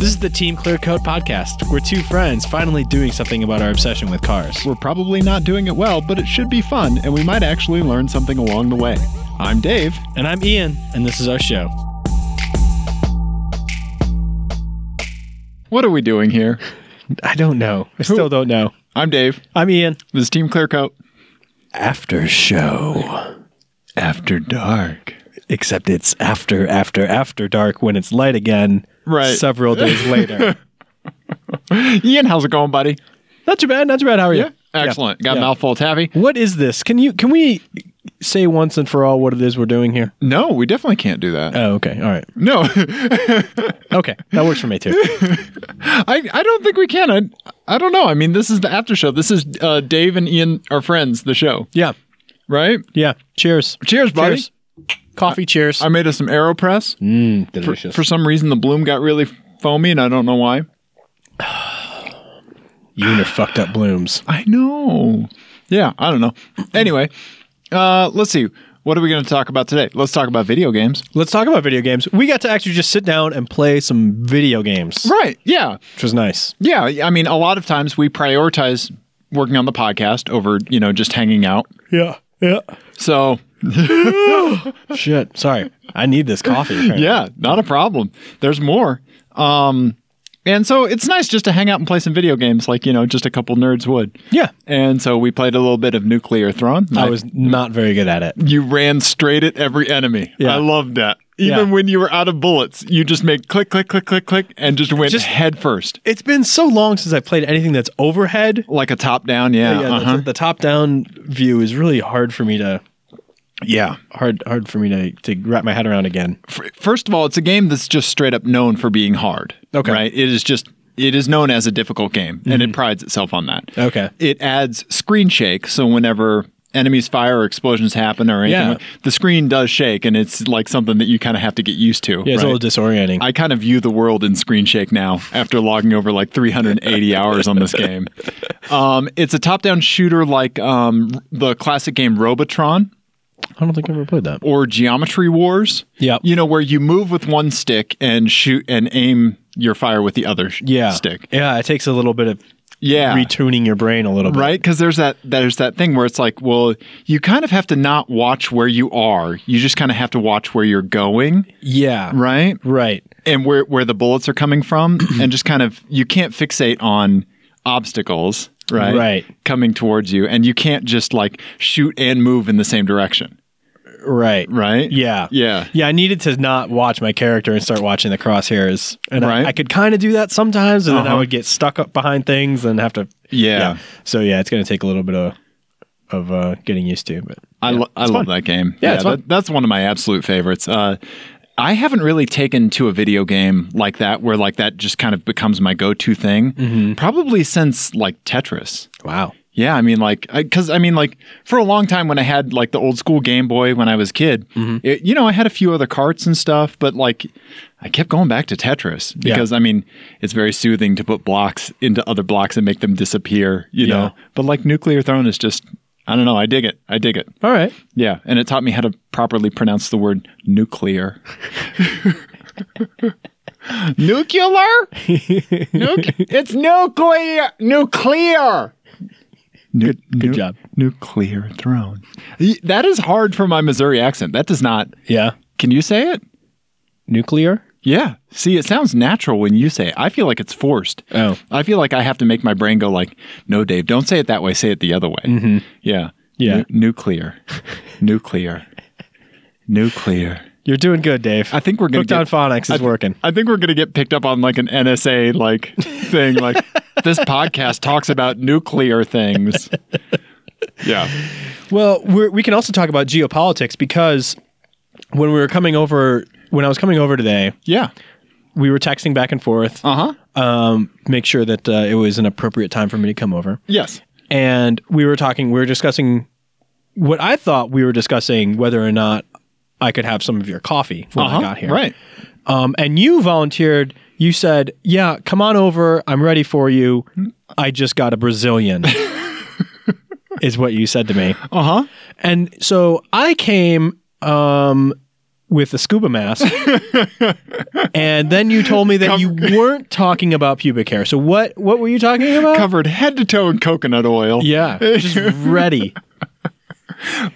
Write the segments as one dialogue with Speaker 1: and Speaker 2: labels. Speaker 1: is the Team Clear Coat podcast. We're two friends finally doing something about our obsession with cars.
Speaker 2: We're probably not doing it well, but it should be fun, and we might actually learn something along the way. I'm Dave.
Speaker 1: And I'm Ian, and this is our show.
Speaker 2: What are we doing here?
Speaker 1: I don't know. I still don't know.
Speaker 2: I'm Dave.
Speaker 1: I'm Ian.
Speaker 2: This is Team Clearcoat. After show. After dark.
Speaker 1: Except it's after, after, after dark when it's light again.
Speaker 2: Right.
Speaker 1: Several days later.
Speaker 2: Ian, how's it going, buddy?
Speaker 1: not too bad. Not too bad. How are you?
Speaker 2: Excellent. Got
Speaker 1: Yeah.
Speaker 2: a mouthful of taffy.
Speaker 1: What is this? Can you? Can we say once and for all what it is we're doing here?
Speaker 2: No, we definitely can't do that.
Speaker 1: Oh, okay. All right.
Speaker 2: no,
Speaker 1: Okay, that works for me too.
Speaker 2: I, I don't think we can. I, I don't know. I mean, this is the after show. This is uh, Dave and Ian are friends, the show,
Speaker 1: Yeah.
Speaker 2: right?
Speaker 1: Yeah. Cheers.
Speaker 2: Cheers, buddy.
Speaker 1: Cheers. Mm. Coffee. Cheers.
Speaker 2: I made us some AeroPress.
Speaker 1: delicious.
Speaker 2: For some reason, the bloom got really foamy, and I don't know why.
Speaker 1: you and your fucked up blooms.
Speaker 2: I know. Yeah, I don't know. Anyway, uh, let's see. What are we going to talk about today? Let's talk about video games.
Speaker 1: Let's talk about video games. We got to actually just sit down and play some video games,
Speaker 2: Right. Yeah.
Speaker 1: which was nice.
Speaker 2: Yeah. I mean, a lot of times we prioritize working on the podcast over, you know, just hanging out.
Speaker 1: Yeah. Yeah.
Speaker 2: So,
Speaker 1: Shit. Sorry. I need this coffee. apparently.
Speaker 2: yeah, not a problem. There's more. Um, and so it's nice just to hang out and play some video games like, you know, just a couple nerds would.
Speaker 1: Yeah.
Speaker 2: And so we played a little bit of Nuclear Throne.
Speaker 1: I was not very good at it.
Speaker 2: you ran straight at every enemy.
Speaker 1: Yeah.
Speaker 2: I loved that.
Speaker 1: Yeah.
Speaker 2: Even when you were out of bullets, you just made click, click, click, click, click, and just went
Speaker 1: Just-
Speaker 2: head first,
Speaker 1: It's been so long since I played anything that's overhead.
Speaker 2: like a top down. Yeah,
Speaker 1: Yeah, the-
Speaker 2: uh-huh.
Speaker 1: the, top down view is really hard for me to
Speaker 2: yeah.
Speaker 1: hard hard for me to, to wrap my head around again.
Speaker 2: F- First of all, it's a game that's just straight up known for being hard.
Speaker 1: Okay. Mm-hmm.
Speaker 2: right? It is just it is known as a difficult game, and it prides itself on that.
Speaker 1: Okay.
Speaker 2: It adds screen shake, so whenever enemies fire or explosions happen or anything,
Speaker 1: Yeah.
Speaker 2: like- the screen does shake, and it's like something that you kind of have to get used to.
Speaker 1: Yeah, it's
Speaker 2: right?
Speaker 1: a little disorienting.
Speaker 2: I kind of view the world in screen shake now after logging over like 380 hours on this game. Um, it's a top down shooter like um, the classic game Robotron
Speaker 1: I don't think I ever played that.
Speaker 2: or Geometry Wars.
Speaker 1: Yep.
Speaker 2: You know, where you move with one stick and shoot and aim your fire with the other sh-
Speaker 1: Yeah.
Speaker 2: stick.
Speaker 1: Yeah, it takes a little bit of
Speaker 2: Yeah.
Speaker 1: retuning your brain a little bit.
Speaker 2: Right, because there's that there's that thing where it's like, well, you kind of have to not watch where you are. You just kind of have to watch where you're going,
Speaker 1: Yeah.
Speaker 2: right?
Speaker 1: Right.
Speaker 2: and where where the bullets are coming from and just kind of you can't fixate on obstacles right
Speaker 1: Right.
Speaker 2: coming towards you and you can't just like shoot and move in the same direction
Speaker 1: Right.
Speaker 2: right
Speaker 1: Yeah.
Speaker 2: yeah
Speaker 1: Yeah, I needed to not watch my character and start watching the crosshairs. And
Speaker 2: Right.
Speaker 1: I, I could kind of do that sometimes, and then I
Speaker 2: Uh-huh.
Speaker 1: would get stuck up behind things and have to.
Speaker 2: yeah,
Speaker 1: So yeah, it's going to take a little bit of of uh, getting used to. But
Speaker 2: i, lo- I love that game
Speaker 1: Yeah, it's fun.
Speaker 2: that- that's one of my absolute favorites uh I haven't really taken to a video game like that where like that just kind of becomes my go-to thing
Speaker 1: Mm-hmm.
Speaker 2: probably since like Tetris.
Speaker 1: wow.
Speaker 2: Yeah, I mean, like, because I, mean, like, for a long time when I had like the old school Game Boy when I was a kid,
Speaker 1: Mm-hmm.
Speaker 2: it, you know, I had a few other carts and stuff, but like, I kept going back to Tetris
Speaker 1: Yeah.
Speaker 2: because I mean, it's very soothing to put blocks into other blocks and make them disappear, you
Speaker 1: Yeah.
Speaker 2: know. But like, Nuclear Throne is just, I don't know, I dig it, I dig it.
Speaker 1: All right.
Speaker 2: Yeah, and it taught me how to properly pronounce the word nuclear. nuclear? Nuc- it's nuclear. Nuclear. good,
Speaker 1: good job.
Speaker 2: Nuclear throne. Y- That is hard for my Missouri accent. That does not.
Speaker 1: Yeah.
Speaker 2: Can you say it?
Speaker 1: Nuclear.
Speaker 2: Yeah. See, it sounds natural when you say it. I feel like it's forced.
Speaker 1: Oh.
Speaker 2: I feel like I have to make my brain go like, no, Dave, don't say it that way. Say it the other way. Mm-hmm. Yeah.
Speaker 1: Yeah.
Speaker 2: Nu- nuclear. nuclear. Nuclear.
Speaker 1: You're doing good, Dave.
Speaker 2: I think we're going
Speaker 1: Hooked
Speaker 2: to
Speaker 1: on
Speaker 2: get,
Speaker 1: phonics is working.
Speaker 2: I think we're going to get picked up on like an NSA like thing. Like this podcast talks about nuclear things. Yeah.
Speaker 1: Well, we're, we can also talk about geopolitics because when we were coming over, when I was coming over today,
Speaker 2: Yeah.
Speaker 1: we were texting back and forth,
Speaker 2: Uh huh.
Speaker 1: um, make sure that uh, it was an appropriate time for me to come over.
Speaker 2: Yes.
Speaker 1: And we were talking, we were discussing what I thought we were discussing whether or not I could have some of your coffee when
Speaker 2: Uh-huh.
Speaker 1: Oh, I got here.
Speaker 2: Right.
Speaker 1: Um, and you volunteered, you said, Yeah, come on over. I'm ready for you. I just got a Brazilian,
Speaker 2: Uh-huh.
Speaker 1: is what you said to me.
Speaker 2: Uh huh.
Speaker 1: And so I came um with a scuba mask. and then you told me that you weren't talking about pubic hair. So what what were you talking about?
Speaker 2: Covered head to toe in coconut oil.
Speaker 1: yeah, just ready.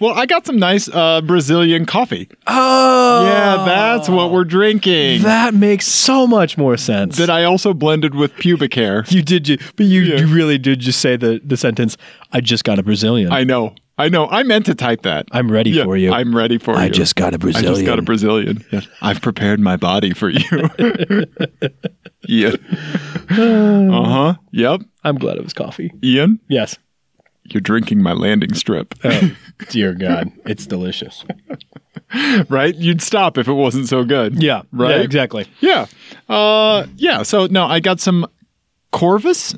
Speaker 2: Well, I got some nice uh, Brazilian coffee.
Speaker 1: Oh.
Speaker 2: Yeah, that's what we're drinking.
Speaker 1: That makes so much more sense.
Speaker 2: that I also blended with pubic hair.
Speaker 1: you did you but you,
Speaker 2: Yeah.
Speaker 1: you really did just say the the sentence I just got a Brazilian.
Speaker 2: I know. I know. I meant to type that.
Speaker 1: I'm ready
Speaker 2: Yeah,
Speaker 1: for you.
Speaker 2: I'm ready for
Speaker 1: I
Speaker 2: you.
Speaker 1: just got a
Speaker 2: I
Speaker 1: Brazilian.
Speaker 2: just got a Brazilian. Yeah. I've prepared my body for you. yeah. Uh huh. Yep.
Speaker 1: I'm glad it was coffee.
Speaker 2: Ian,
Speaker 1: Yes. Oh,
Speaker 2: you're drinking my landing strip.
Speaker 1: Dear God, it's delicious.
Speaker 2: right? You'd stop if it wasn't so good.
Speaker 1: Yeah.
Speaker 2: Right?
Speaker 1: Yeah, exactly.
Speaker 2: Yeah. Uh, yeah. So, no, I got some Corvus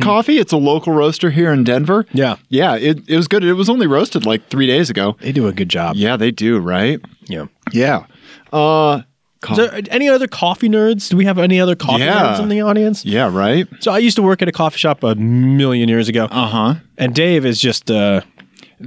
Speaker 2: coffee. It's a local roaster here in Denver.
Speaker 1: Mm-hmm. Yeah.
Speaker 2: Yeah. It, it was good. It was only roasted like three days ago.
Speaker 1: They do a good job.
Speaker 2: Yeah, they do, right?
Speaker 1: Yeah.
Speaker 2: Yeah. Uh, co-
Speaker 1: Is there any other coffee nerds? Do we have any other coffee
Speaker 2: Yeah.
Speaker 1: nerds in the audience?
Speaker 2: yeah, right?
Speaker 1: So I used to work at a coffee shop a million years ago,
Speaker 2: Uh huh.
Speaker 1: and Dave is just a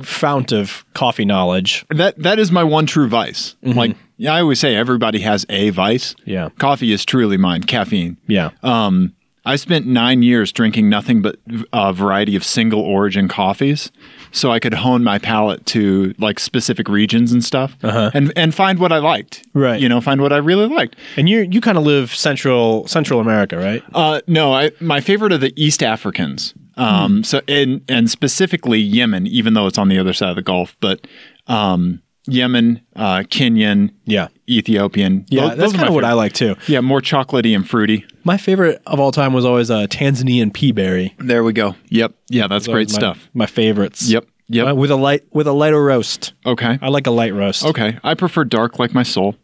Speaker 1: fount of coffee knowledge.
Speaker 2: That that is my one true vice. Like yeah, I always say everybody has a vice.
Speaker 1: Mm-hmm. Yeah.
Speaker 2: Coffee is truly mine, caffeine.
Speaker 1: Yeah.
Speaker 2: Um I spent 9 years drinking nothing but a variety of single origin coffees so I could hone my palate to like specific regions and stuff and and find what I liked.
Speaker 1: Uh-huh. Right.
Speaker 2: You know, find what I really liked.
Speaker 1: And you you kind of live central Central America, right?
Speaker 2: Uh, no, I, my favorite are the East Africans. Um,
Speaker 1: Hmm.
Speaker 2: So and and specifically Yemen, even though it's on the other side of the Gulf, but um, Yemen, uh, Kenyan,
Speaker 1: Yeah.
Speaker 2: Ethiopian.
Speaker 1: Yeah,
Speaker 2: Tho-
Speaker 1: that's
Speaker 2: are my
Speaker 1: kind of what I
Speaker 2: favorite.
Speaker 1: like too.
Speaker 2: Yeah, more chocolatey and fruity.
Speaker 1: My favorite of all time was always uh, Tanzanian pea berry.
Speaker 2: There we go. Yep. Yeah, that's great
Speaker 1: my,
Speaker 2: stuff.
Speaker 1: My favorites.
Speaker 2: Yep. Yep.
Speaker 1: Uh, with a light with a lighter roast.
Speaker 2: Okay.
Speaker 1: I like a light roast.
Speaker 2: Okay. I prefer dark like my soul.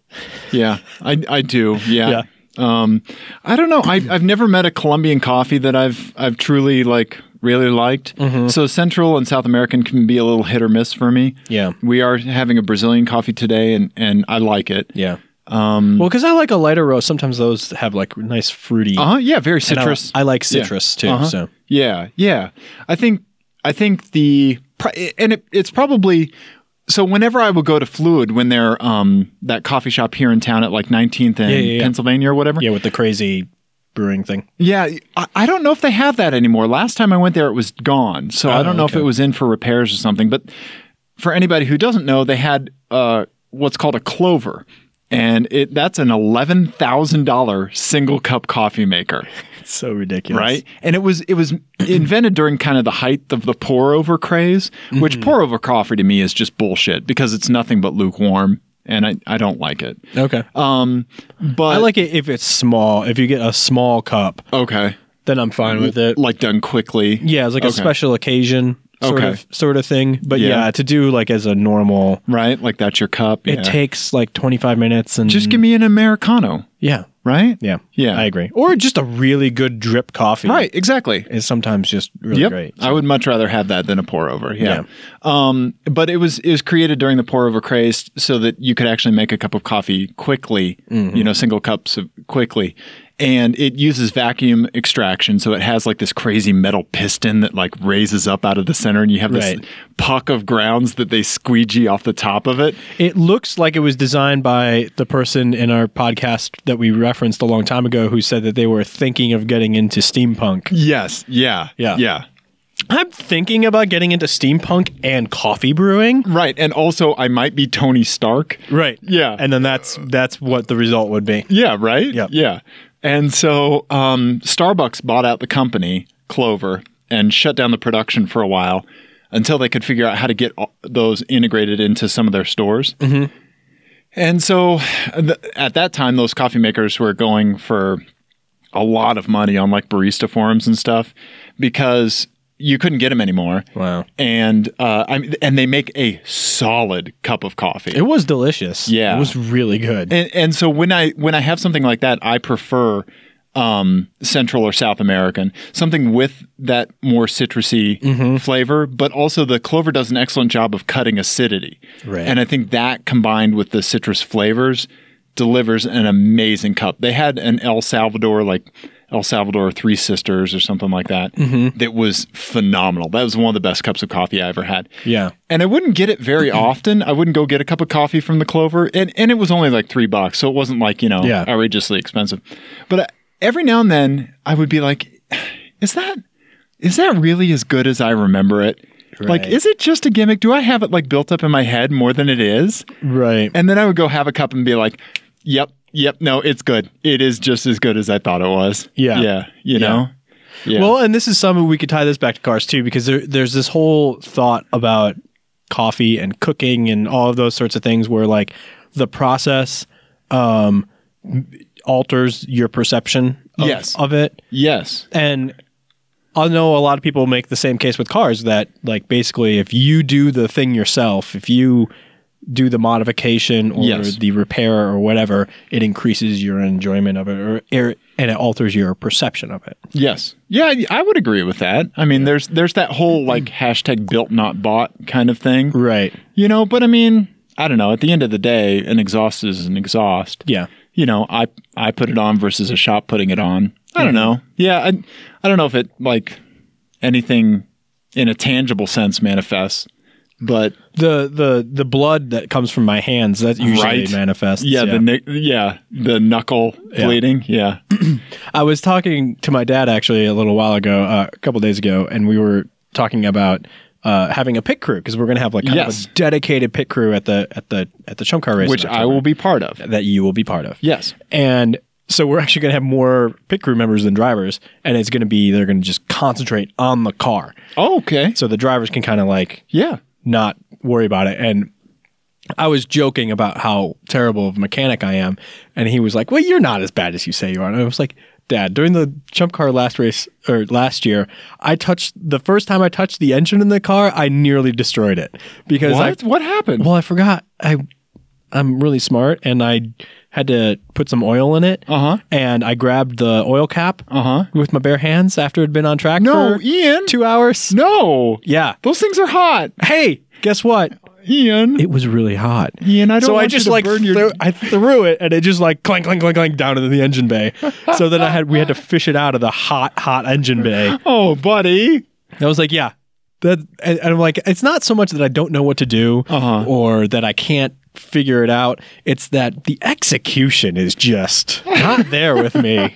Speaker 2: Yeah, I I do. Yeah.
Speaker 1: Yeah.
Speaker 2: Um, I don't know. I, I've never met a Colombian coffee that I've I've truly like really liked.
Speaker 1: Mm-hmm.
Speaker 2: So Central and South American can be a little hit or miss for me.
Speaker 1: Yeah.
Speaker 2: we are having a Brazilian coffee today, and and I like it.
Speaker 1: Yeah. Um, well, because I like a lighter roast. Sometimes those have like nice fruity.
Speaker 2: Uh huh. Yeah, very
Speaker 1: And I-
Speaker 2: citrus.
Speaker 1: I, like citrus too.
Speaker 2: Uh-huh.
Speaker 1: So
Speaker 2: Yeah, yeah. I think I think the pri- and it, it's probably so. Whenever I will go to Fluid, when they're um that coffee shop here in town at like 19th and
Speaker 1: Yeah, yeah, yeah.
Speaker 2: Pennsylvania or whatever.
Speaker 1: yeah, with the crazy brewing thing.
Speaker 2: Yeah, I, I don't know if they have that anymore. Last time I went there, it was gone. So I don't know if
Speaker 1: Oh, okay.
Speaker 2: it was in for repairs or something. But for anybody who doesn't know, they had uh, what's called a clover. And it that's an eleven thousand dollar single cup coffee maker,
Speaker 1: It's so ridiculous,
Speaker 2: right? And it was it was invented during kind of the height of the pour over craze,
Speaker 1: Mm-hmm.
Speaker 2: which pour over coffee to me is just bullshit because it's nothing but lukewarm, and I, I don't like it.
Speaker 1: Okay.
Speaker 2: Um, but
Speaker 1: I like it if it's small. If you get a small cup,
Speaker 2: okay,
Speaker 1: then I'm fine with it.
Speaker 2: like done quickly.
Speaker 1: Yeah, it's like a
Speaker 2: Okay.
Speaker 1: special occasion sort
Speaker 2: Okay.
Speaker 1: of sort of thing. But yeah.
Speaker 2: Yeah.
Speaker 1: to do like as a normal,
Speaker 2: right? Like that's your cup.
Speaker 1: it
Speaker 2: yeah.
Speaker 1: takes like 25 minutes and
Speaker 2: just give me an americano,
Speaker 1: yeah,
Speaker 2: right?
Speaker 1: yeah,
Speaker 2: Yeah.
Speaker 1: I agree. Or just a really good drip coffee,
Speaker 2: Right, exactly.
Speaker 1: Is sometimes just really
Speaker 2: yep.
Speaker 1: great.
Speaker 2: I would much rather have that than a pour over. Yeah. Um, but it was it was created during the pour over craze so that you could actually make a cup of coffee quickly,
Speaker 1: Mm-hmm.
Speaker 2: you know, single cups of quickly. And it uses vacuum extraction, so it has like this crazy metal piston that like raises up out of the center, and you have this
Speaker 1: Right.
Speaker 2: puck of grounds that they squeegee off the top of it.
Speaker 1: It looks like it was designed by the person in our podcast that we referenced a long time ago who said that they were thinking of getting into steampunk.
Speaker 2: Yes, yeah,
Speaker 1: Yeah.
Speaker 2: yeah.
Speaker 1: I'm thinking about getting into steampunk and coffee brewing.
Speaker 2: Right, and also I might be Tony Stark.
Speaker 1: Right.
Speaker 2: Yeah.
Speaker 1: And then that's that's what the result would be.
Speaker 2: Yeah, right?
Speaker 1: Yep.
Speaker 2: Yeah. And so um, Starbucks bought out the company, Clover, and shut down the production for a while until they could figure out how to get all- those integrated into some of their stores.
Speaker 1: Mm-hmm.
Speaker 2: And so th- at that time, those coffee makers were going for a lot of money on like barista forums and stuff because you couldn't get them anymore.
Speaker 1: Wow.
Speaker 2: And uh, I mean, and they make a solid cup of coffee.
Speaker 1: It was delicious.
Speaker 2: Yeah.
Speaker 1: It was really good.
Speaker 2: and and so when I when I have something like that, I prefer um, Central or South American, something with that more citrusy
Speaker 1: Mm-hmm.
Speaker 2: flavor, but also the clover does an excellent job of cutting acidity,
Speaker 1: Right.
Speaker 2: and I think that combined with the citrus flavors delivers an amazing cup. They had an El Salvador like El Salvador Three Sisters or something like that.
Speaker 1: Mm-hmm.
Speaker 2: That was phenomenal. That was one of the best cups of coffee I ever had.
Speaker 1: Yeah.
Speaker 2: And I wouldn't get it very often. I wouldn't go get a cup of coffee from the Clover, and and it was only like three bucks, so it wasn't like you know
Speaker 1: Yeah.
Speaker 2: outrageously expensive. But uh, every now and then, I would be like, "Is that is that really as good as I remember it? Like,
Speaker 1: Right.
Speaker 2: is it just a gimmick? Do I have it like built up in my head more than it is?"
Speaker 1: Right.
Speaker 2: And then I would go have a cup and be like, "Yep, yep, no, it's good. It is just as good as I thought it was."
Speaker 1: Yeah.
Speaker 2: yeah, you know. Yeah.
Speaker 1: Well, and this is something we could tie this back to cars too, because there, there's this whole thought about coffee and cooking and all of those sorts of things where like the process um, alters your perception of,
Speaker 2: Yes.
Speaker 1: of it.
Speaker 2: yes,
Speaker 1: And I know a lot of people make the same case with cars that like basically if you do the thing yourself, if you do the modification or
Speaker 2: Yes.
Speaker 1: the repair or whatever, it increases your enjoyment of it or, er, and it alters your perception of it.
Speaker 2: yes, yeah. I- I would agree with that. I mean, there's there's that whole like hashtag built not bought kind of thing,
Speaker 1: Mm-hmm. Right.
Speaker 2: you know. But I mean, I don't know. At the end of the day, an exhaust is an exhaust.
Speaker 1: Yeah.
Speaker 2: you know, I I put it on versus a shop putting it on. I
Speaker 1: Mm-hmm.
Speaker 2: don't know. Yeah, I I don't know if it like anything in a tangible sense manifests, but
Speaker 1: the the the blood that comes from my hands that usually
Speaker 2: Right.
Speaker 1: manifests.
Speaker 2: yeah, the nick yeah, the knuckle bleeding, yeah.
Speaker 1: I was talking to my dad actually a little while ago, uh, a couple days ago, and we were talking about uh, having a pit crew because we're gonna have like kind
Speaker 2: Yes.
Speaker 1: of a dedicated pit crew at the at the at the chump car race, in
Speaker 2: which I
Speaker 1: October
Speaker 2: will be part of.
Speaker 1: that you will be part of.
Speaker 2: Yes.
Speaker 1: and so we're actually gonna have more pit crew members than drivers, and it's gonna be they're gonna just concentrate on the car,
Speaker 2: Oh, okay.
Speaker 1: so the drivers can kind of like
Speaker 2: Yeah.
Speaker 1: not worry about it. And I was joking about how terrible of a mechanic I am. And he was like, Well, you're not as bad as you say you are. And I was like, Dad, during the jump car last race or last year, I touched the first time I touched the engine in the car, I nearly destroyed it because I
Speaker 2: What what happened?
Speaker 1: well, I forgot. I I'm really smart, and I had to put some oil in it.
Speaker 2: Uh-huh.
Speaker 1: And I grabbed the oil cap.
Speaker 2: Uh-huh.
Speaker 1: With my bare hands after it'd been on track.
Speaker 2: No,
Speaker 1: for
Speaker 2: Oh, Ian.
Speaker 1: two hours.
Speaker 2: No.
Speaker 1: Yeah.
Speaker 2: Those things are hot.
Speaker 1: Hey, guess what?
Speaker 2: Ian.
Speaker 1: It was really hot.
Speaker 2: Ian, I don't
Speaker 1: so
Speaker 2: want
Speaker 1: I
Speaker 2: you
Speaker 1: just
Speaker 2: to
Speaker 1: like
Speaker 2: burn your-
Speaker 1: threw- I threw it and it just like clank clank clank clank down into the engine bay. so then I had we had to fish it out of the hot hot engine bay.
Speaker 2: Oh, buddy.
Speaker 1: And I was like, yeah, that and, and I'm like, it's not so much that I don't know what to do
Speaker 2: Uh-huh.
Speaker 1: or that I can't figure it out. It's that the execution is just not there with me.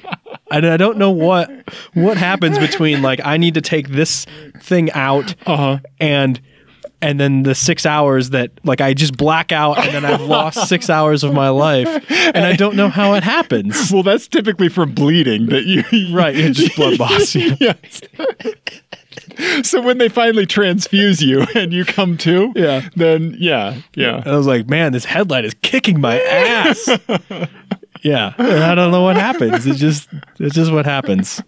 Speaker 1: And I don't know what what happens between like I need to take this thing out
Speaker 2: Uh-huh.
Speaker 1: and and then the six hours that like I just black out and then I've lost six hours of my life and I don't know how it happens.
Speaker 2: Well, that's typically from bleeding that you
Speaker 1: Right, it's just blood loss.
Speaker 2: yes. so when they finally transfuse you and you come to,
Speaker 1: Yeah.
Speaker 2: then yeah, yeah.
Speaker 1: And I was like, man, this headlight is kicking my ass. yeah. And I don't know what happens. It's just it's just what happens.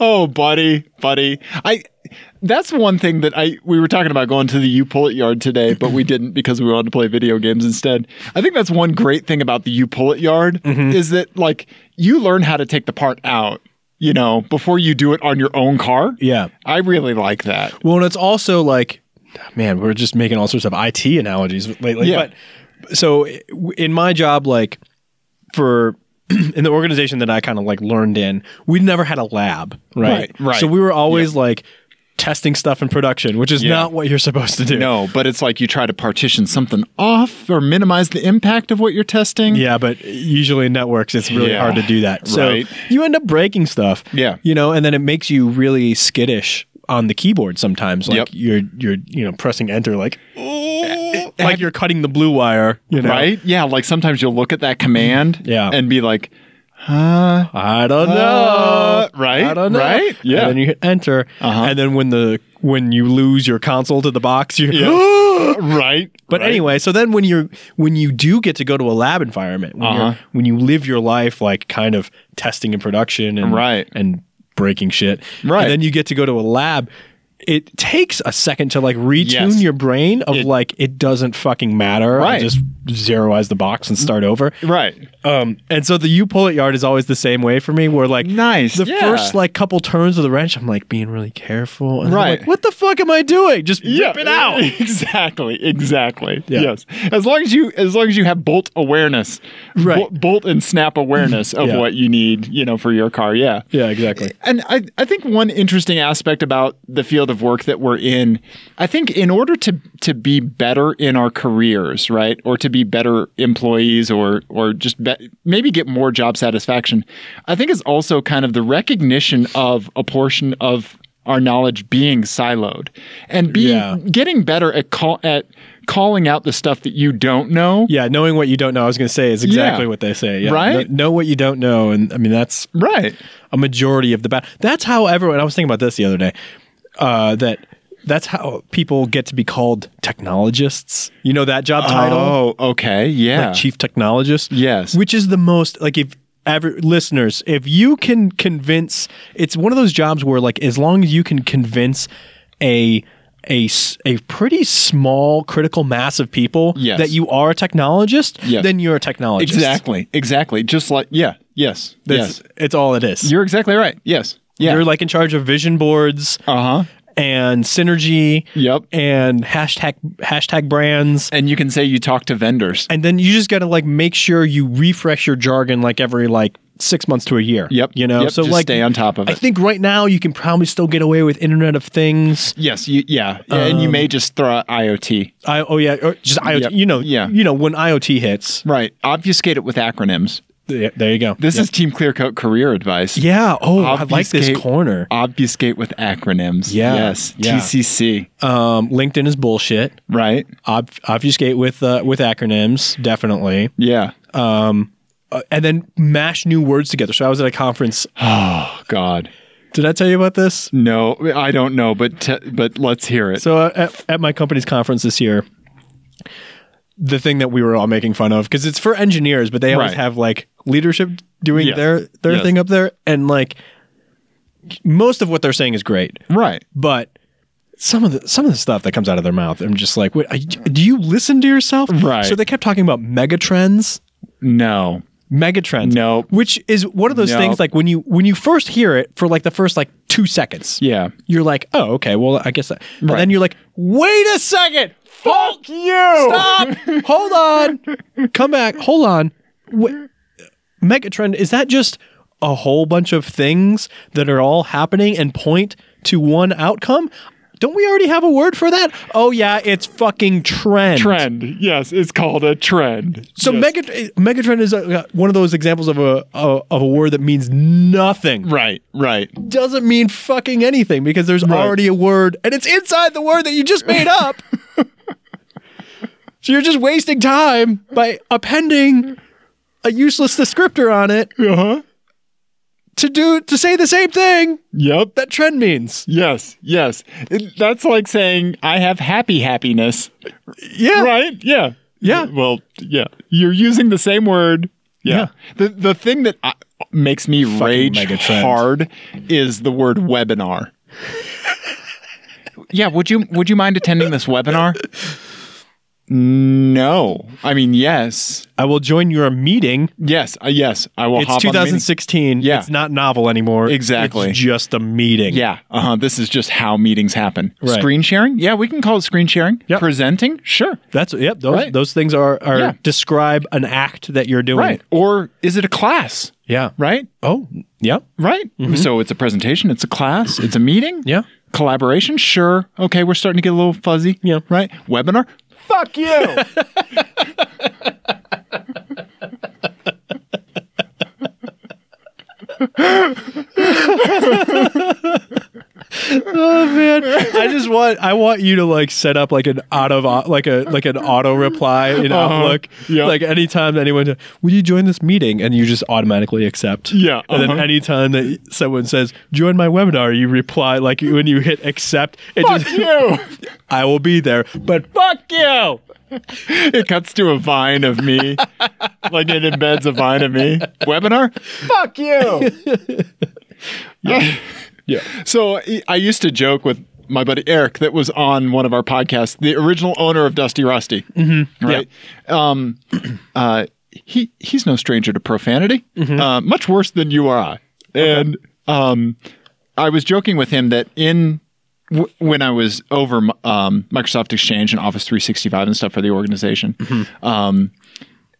Speaker 2: Oh, buddy, buddy. I that's one thing that I we were talking about going to the U Pullet yard today, but we didn't because we wanted to play video games instead. I think that's one great thing about the U Pullet yard
Speaker 1: Mm-hmm.
Speaker 2: is that like you learn how to take the part out, you know, before you do it on your own car.
Speaker 1: Yeah.
Speaker 2: I really like that.
Speaker 1: Well, and it's also like, man, we're just making all sorts of IT analogies lately.
Speaker 2: Yeah.
Speaker 1: But so i- in my job, like for in the organization that I kind of like learned in, we never had a lab, right?
Speaker 2: Right, right.
Speaker 1: So we were always like testing stuff in production, which is not what you're supposed to do.
Speaker 2: No, but it's like you try to partition something off or minimize the impact of what you're testing.
Speaker 1: Yeah, but usually in networks, it's really
Speaker 2: Yeah.
Speaker 1: hard to do that. So
Speaker 2: Right.
Speaker 1: you end up breaking stuff.
Speaker 2: Yeah.
Speaker 1: you know, and then it makes you really skittish on the keyboard sometimes. Like
Speaker 2: Yep.
Speaker 1: you're you're you know pressing enter like like you're cutting the blue wire. You know,
Speaker 2: Right? Yeah. Like sometimes you'll look at that command
Speaker 1: Yeah.
Speaker 2: and be like,
Speaker 1: I don't know.
Speaker 2: Uh, right,
Speaker 1: I don't know.
Speaker 2: right, yeah. Uh-huh.
Speaker 1: And then you hit enter, and then when the when you lose your console to the box, you're
Speaker 2: right.
Speaker 1: But
Speaker 2: right.
Speaker 1: anyway, so then when you're when you do get to go to a lab environment, when,
Speaker 2: Uh-huh.
Speaker 1: you're, when you live your life like kind of testing and production and
Speaker 2: Right.
Speaker 1: and breaking shit,
Speaker 2: Right.
Speaker 1: And then you get to go to a lab. It takes a second to like retune
Speaker 2: Yes.
Speaker 1: your brain of
Speaker 2: It-
Speaker 1: like it doesn't fucking matter. I
Speaker 2: Right.
Speaker 1: just zeroize the box and start over.
Speaker 2: Right.
Speaker 1: Um, and so the you pull it yard is always the same way for me. Where like
Speaker 2: Nice,
Speaker 1: the
Speaker 2: yeah.
Speaker 1: first like couple turns of the wrench, I'm like being really careful. And then I'm
Speaker 2: Right.
Speaker 1: like, what the fuck am I doing? Just rip it out.
Speaker 2: Exactly. Exactly.
Speaker 1: Yeah.
Speaker 2: Yes. As long as you as long as you have bolt awareness,
Speaker 1: Right.
Speaker 2: bol- bolt and snap awareness of
Speaker 1: Yeah.
Speaker 2: what you need, you know, for your car. Yeah.
Speaker 1: yeah, exactly.
Speaker 2: And I, I think one interesting aspect about the field of work that we're in, I think in order to to be better in our careers, right, or to be better employees, or or just be, maybe get more job satisfaction, I think is also kind of the recognition of a portion of our knowledge being siloed, and being
Speaker 1: Yeah.
Speaker 2: getting better at call at calling out the stuff that you don't know.
Speaker 1: Yeah, knowing what you don't know, I was going to say is exactly
Speaker 2: Yeah.
Speaker 1: what they say. Yeah.
Speaker 2: Right?
Speaker 1: Kn- know what you don't know, and I mean that's
Speaker 2: Right.
Speaker 1: a majority of the battle. That's how everyone. I was thinking about this the other day. Uh, that that's how people get to be called technologists. You know that job title,
Speaker 2: Oh, okay. Yeah.
Speaker 1: Like chief technologist.
Speaker 2: Yes.
Speaker 1: which is the most like if. Aver- listeners, if you can convince, it's one of those jobs where, like, as long as you can convince a a s- a pretty small critical mass of people
Speaker 2: Yes.
Speaker 1: that you are a technologist,
Speaker 2: Yes.
Speaker 1: then you're a technologist.
Speaker 2: Exactly. Exactly. Just like yeah. Yes.
Speaker 1: That's
Speaker 2: yes.
Speaker 1: it's all it is.
Speaker 2: You're exactly right. Yes. Yeah.
Speaker 1: You're like in charge of vision boards
Speaker 2: uh huh.
Speaker 1: and synergy.
Speaker 2: Yep.
Speaker 1: And hashtag hashtag brands.
Speaker 2: And you can say you talk to vendors.
Speaker 1: And then you just gotta like make sure you refresh your jargon like every like six months to a year.
Speaker 2: Yep.
Speaker 1: You know,
Speaker 2: Yep.
Speaker 1: so
Speaker 2: Just
Speaker 1: like
Speaker 2: stay on top of
Speaker 1: I
Speaker 2: it.
Speaker 1: think right now you can probably still get away with Internet of Things.
Speaker 2: Yes. You, yeah. Yeah, and you may just throw out IoT.
Speaker 1: I oh yeah, or just IoT.
Speaker 2: Yep.
Speaker 1: You know,
Speaker 2: Yeah.
Speaker 1: You know when IoT hits.
Speaker 2: Right. Obfuscate it with acronyms.
Speaker 1: th- There you go.
Speaker 2: This
Speaker 1: Yep.
Speaker 2: is Team Clearcoat career advice.
Speaker 1: yeah. Oh, I like this
Speaker 2: Obfuscate-
Speaker 1: corner.
Speaker 2: Obfuscate with acronyms.
Speaker 1: Yeah.
Speaker 2: Yes.
Speaker 1: Yeah.
Speaker 2: TCC.
Speaker 1: Um, LinkedIn is bullshit.
Speaker 2: Right.
Speaker 1: Ob- obfuscate with uh, with acronyms, definitely.
Speaker 2: Yeah.
Speaker 1: uh, and then mash new words together. So I was at a conference.
Speaker 2: Oh God.
Speaker 1: Did I tell you about this?
Speaker 2: No, I don't know, but te- but let's hear it.
Speaker 1: So uh, at, at my company's conference this year, the thing that we were all making fun of because it's for engineers, but they always
Speaker 2: Right.
Speaker 1: have like leadership doing
Speaker 2: Yes.
Speaker 1: their their
Speaker 2: Yes.
Speaker 1: thing up there, and like most of what they're saying is great,
Speaker 2: right.
Speaker 1: but some of the some of the stuff that comes out of their mouth, I'm just like, Wait, I, do you listen to yourself?
Speaker 2: Right.
Speaker 1: So they kept talking about mega trends.
Speaker 2: No.
Speaker 1: Megatrends.
Speaker 2: Nope.
Speaker 1: Which is one of those
Speaker 2: Nope.
Speaker 1: things like when you when you first hear it for like the first like two seconds.
Speaker 2: Yeah.
Speaker 1: You're like, oh, okay, well, I guess that. But
Speaker 2: Right.
Speaker 1: then you're like, wait a second. Fuck
Speaker 2: you.
Speaker 1: stop. Hold on. Come back. Hold on. Wait. Megatrend, is that just a whole bunch of things that are all happening and point to one outcome? Don't we already have a word for that? Oh yeah, it's fucking trend.
Speaker 2: Trend. Yes, it's called a trend.
Speaker 1: So
Speaker 2: Yes.
Speaker 1: mega megatrend is uh one of those examples of a, a of a word that means nothing.
Speaker 2: Right. Right.
Speaker 1: Doesn't mean fucking anything because there's already a word and it's inside the word that you just made up. so you're just wasting time by appending a useless descriptor on it
Speaker 2: Uh huh.
Speaker 1: to do to say the same thing
Speaker 2: Yep.
Speaker 1: that trend means.
Speaker 2: Yes, yes. It- that's like saying I have happy happiness,
Speaker 1: Yeah.
Speaker 2: right? Yeah.
Speaker 1: Yeah.
Speaker 2: Well, yeah. You're using the same word. Yeah. The the thing that I, makes me rage
Speaker 1: megatrend.
Speaker 2: hard is the word webinar. yeah, would you would you mind attending this webinar? No. I mean, yes.
Speaker 1: I will join your meeting.
Speaker 2: Yes. Uh, yes. I will
Speaker 1: It's
Speaker 2: hop on the meeting.
Speaker 1: 2016.
Speaker 2: Yeah.
Speaker 1: It's not novel anymore.
Speaker 2: Exactly.
Speaker 1: It's just a meeting.
Speaker 2: Yeah. Uh huh. This is just how meetings happen.
Speaker 1: Right.
Speaker 2: Screen sharing? Yeah, we can call it screen sharing.
Speaker 1: Yep.
Speaker 2: Presenting? Sure.
Speaker 1: That's yep. Those
Speaker 2: Right.
Speaker 1: those things are are
Speaker 2: Yeah.
Speaker 1: describe an act that you're doing.
Speaker 2: Right. Or is it a class?
Speaker 1: Yeah.
Speaker 2: Right?
Speaker 1: Oh, yeah.
Speaker 2: Right? So it's a presentation, it's a class, it's a meeting.
Speaker 1: Yeah.
Speaker 2: Collaboration? Sure. Okay, we're starting to get a little fuzzy.
Speaker 1: Yeah.
Speaker 2: Right? Webinar? Fuck you.
Speaker 1: Oh, Man, I just want I want you to like set up like an out of like a like an auto reply in Outlook.
Speaker 2: Uh-huh. Yeah.
Speaker 1: Like anytime anyone will you join this meeting and you just automatically accept.
Speaker 2: Yeah,
Speaker 1: And then
Speaker 2: uh-huh.
Speaker 1: anytime that someone says join my webinar, you reply like when you hit accept. It
Speaker 2: Fuck
Speaker 1: just,
Speaker 2: you.
Speaker 1: I will be there, but fuck you.
Speaker 2: It cuts to a vine of me. like it embeds a vine of me. Webinar? Fuck you.
Speaker 1: Yeah.
Speaker 2: So I- I used to joke with my buddy Eric that was on one of our podcasts, the original owner of Dusty Rusty, mm-hmm. right? Um, uh, he he's no stranger to profanity, uh, much worse than you or I. And um, I was joking with him that in w- when I was over um, Microsoft Exchange and Office 365 and stuff for the organization, um,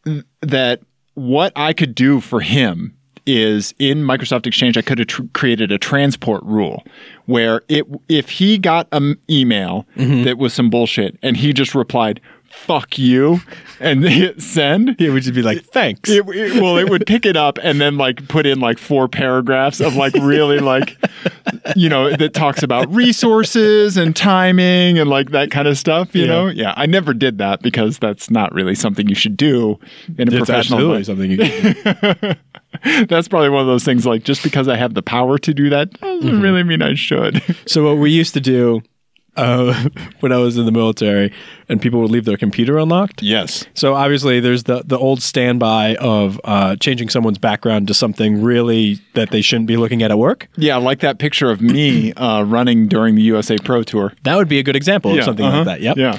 Speaker 2: th- that what I could do for him is in Microsoft Exchange, I could have tr- created a transport rule where it if he got an email that was some bullshit and he just replied "fuck you" and hit send,
Speaker 1: It would just be like, thanks.
Speaker 2: it, it- well, it would pick it up and then like put in like four paragraphs of like really like, you know, that talks about resources and timing and like that kind of stuff. You
Speaker 1: Yeah.
Speaker 2: know, yeah. I never did that because that's not really something you should do in a
Speaker 1: it's
Speaker 2: professional.
Speaker 1: absolutely
Speaker 2: way.
Speaker 1: something you can
Speaker 2: That's probably one of those things like just because I have the power to do that doesn't really mean I should.
Speaker 1: So what we used to do uh, when I was in the military, and people would leave their computer unlocked.
Speaker 2: Yes.
Speaker 1: So obviously, there's the the old standby of uh, changing someone's background to something really that they shouldn't be looking at at work.
Speaker 2: Yeah, like that picture of me uh, running during the USA Pro Tour.
Speaker 1: That would be a good example
Speaker 2: Yeah,
Speaker 1: of something
Speaker 2: uh-huh.
Speaker 1: like that. Yep.
Speaker 2: Yeah.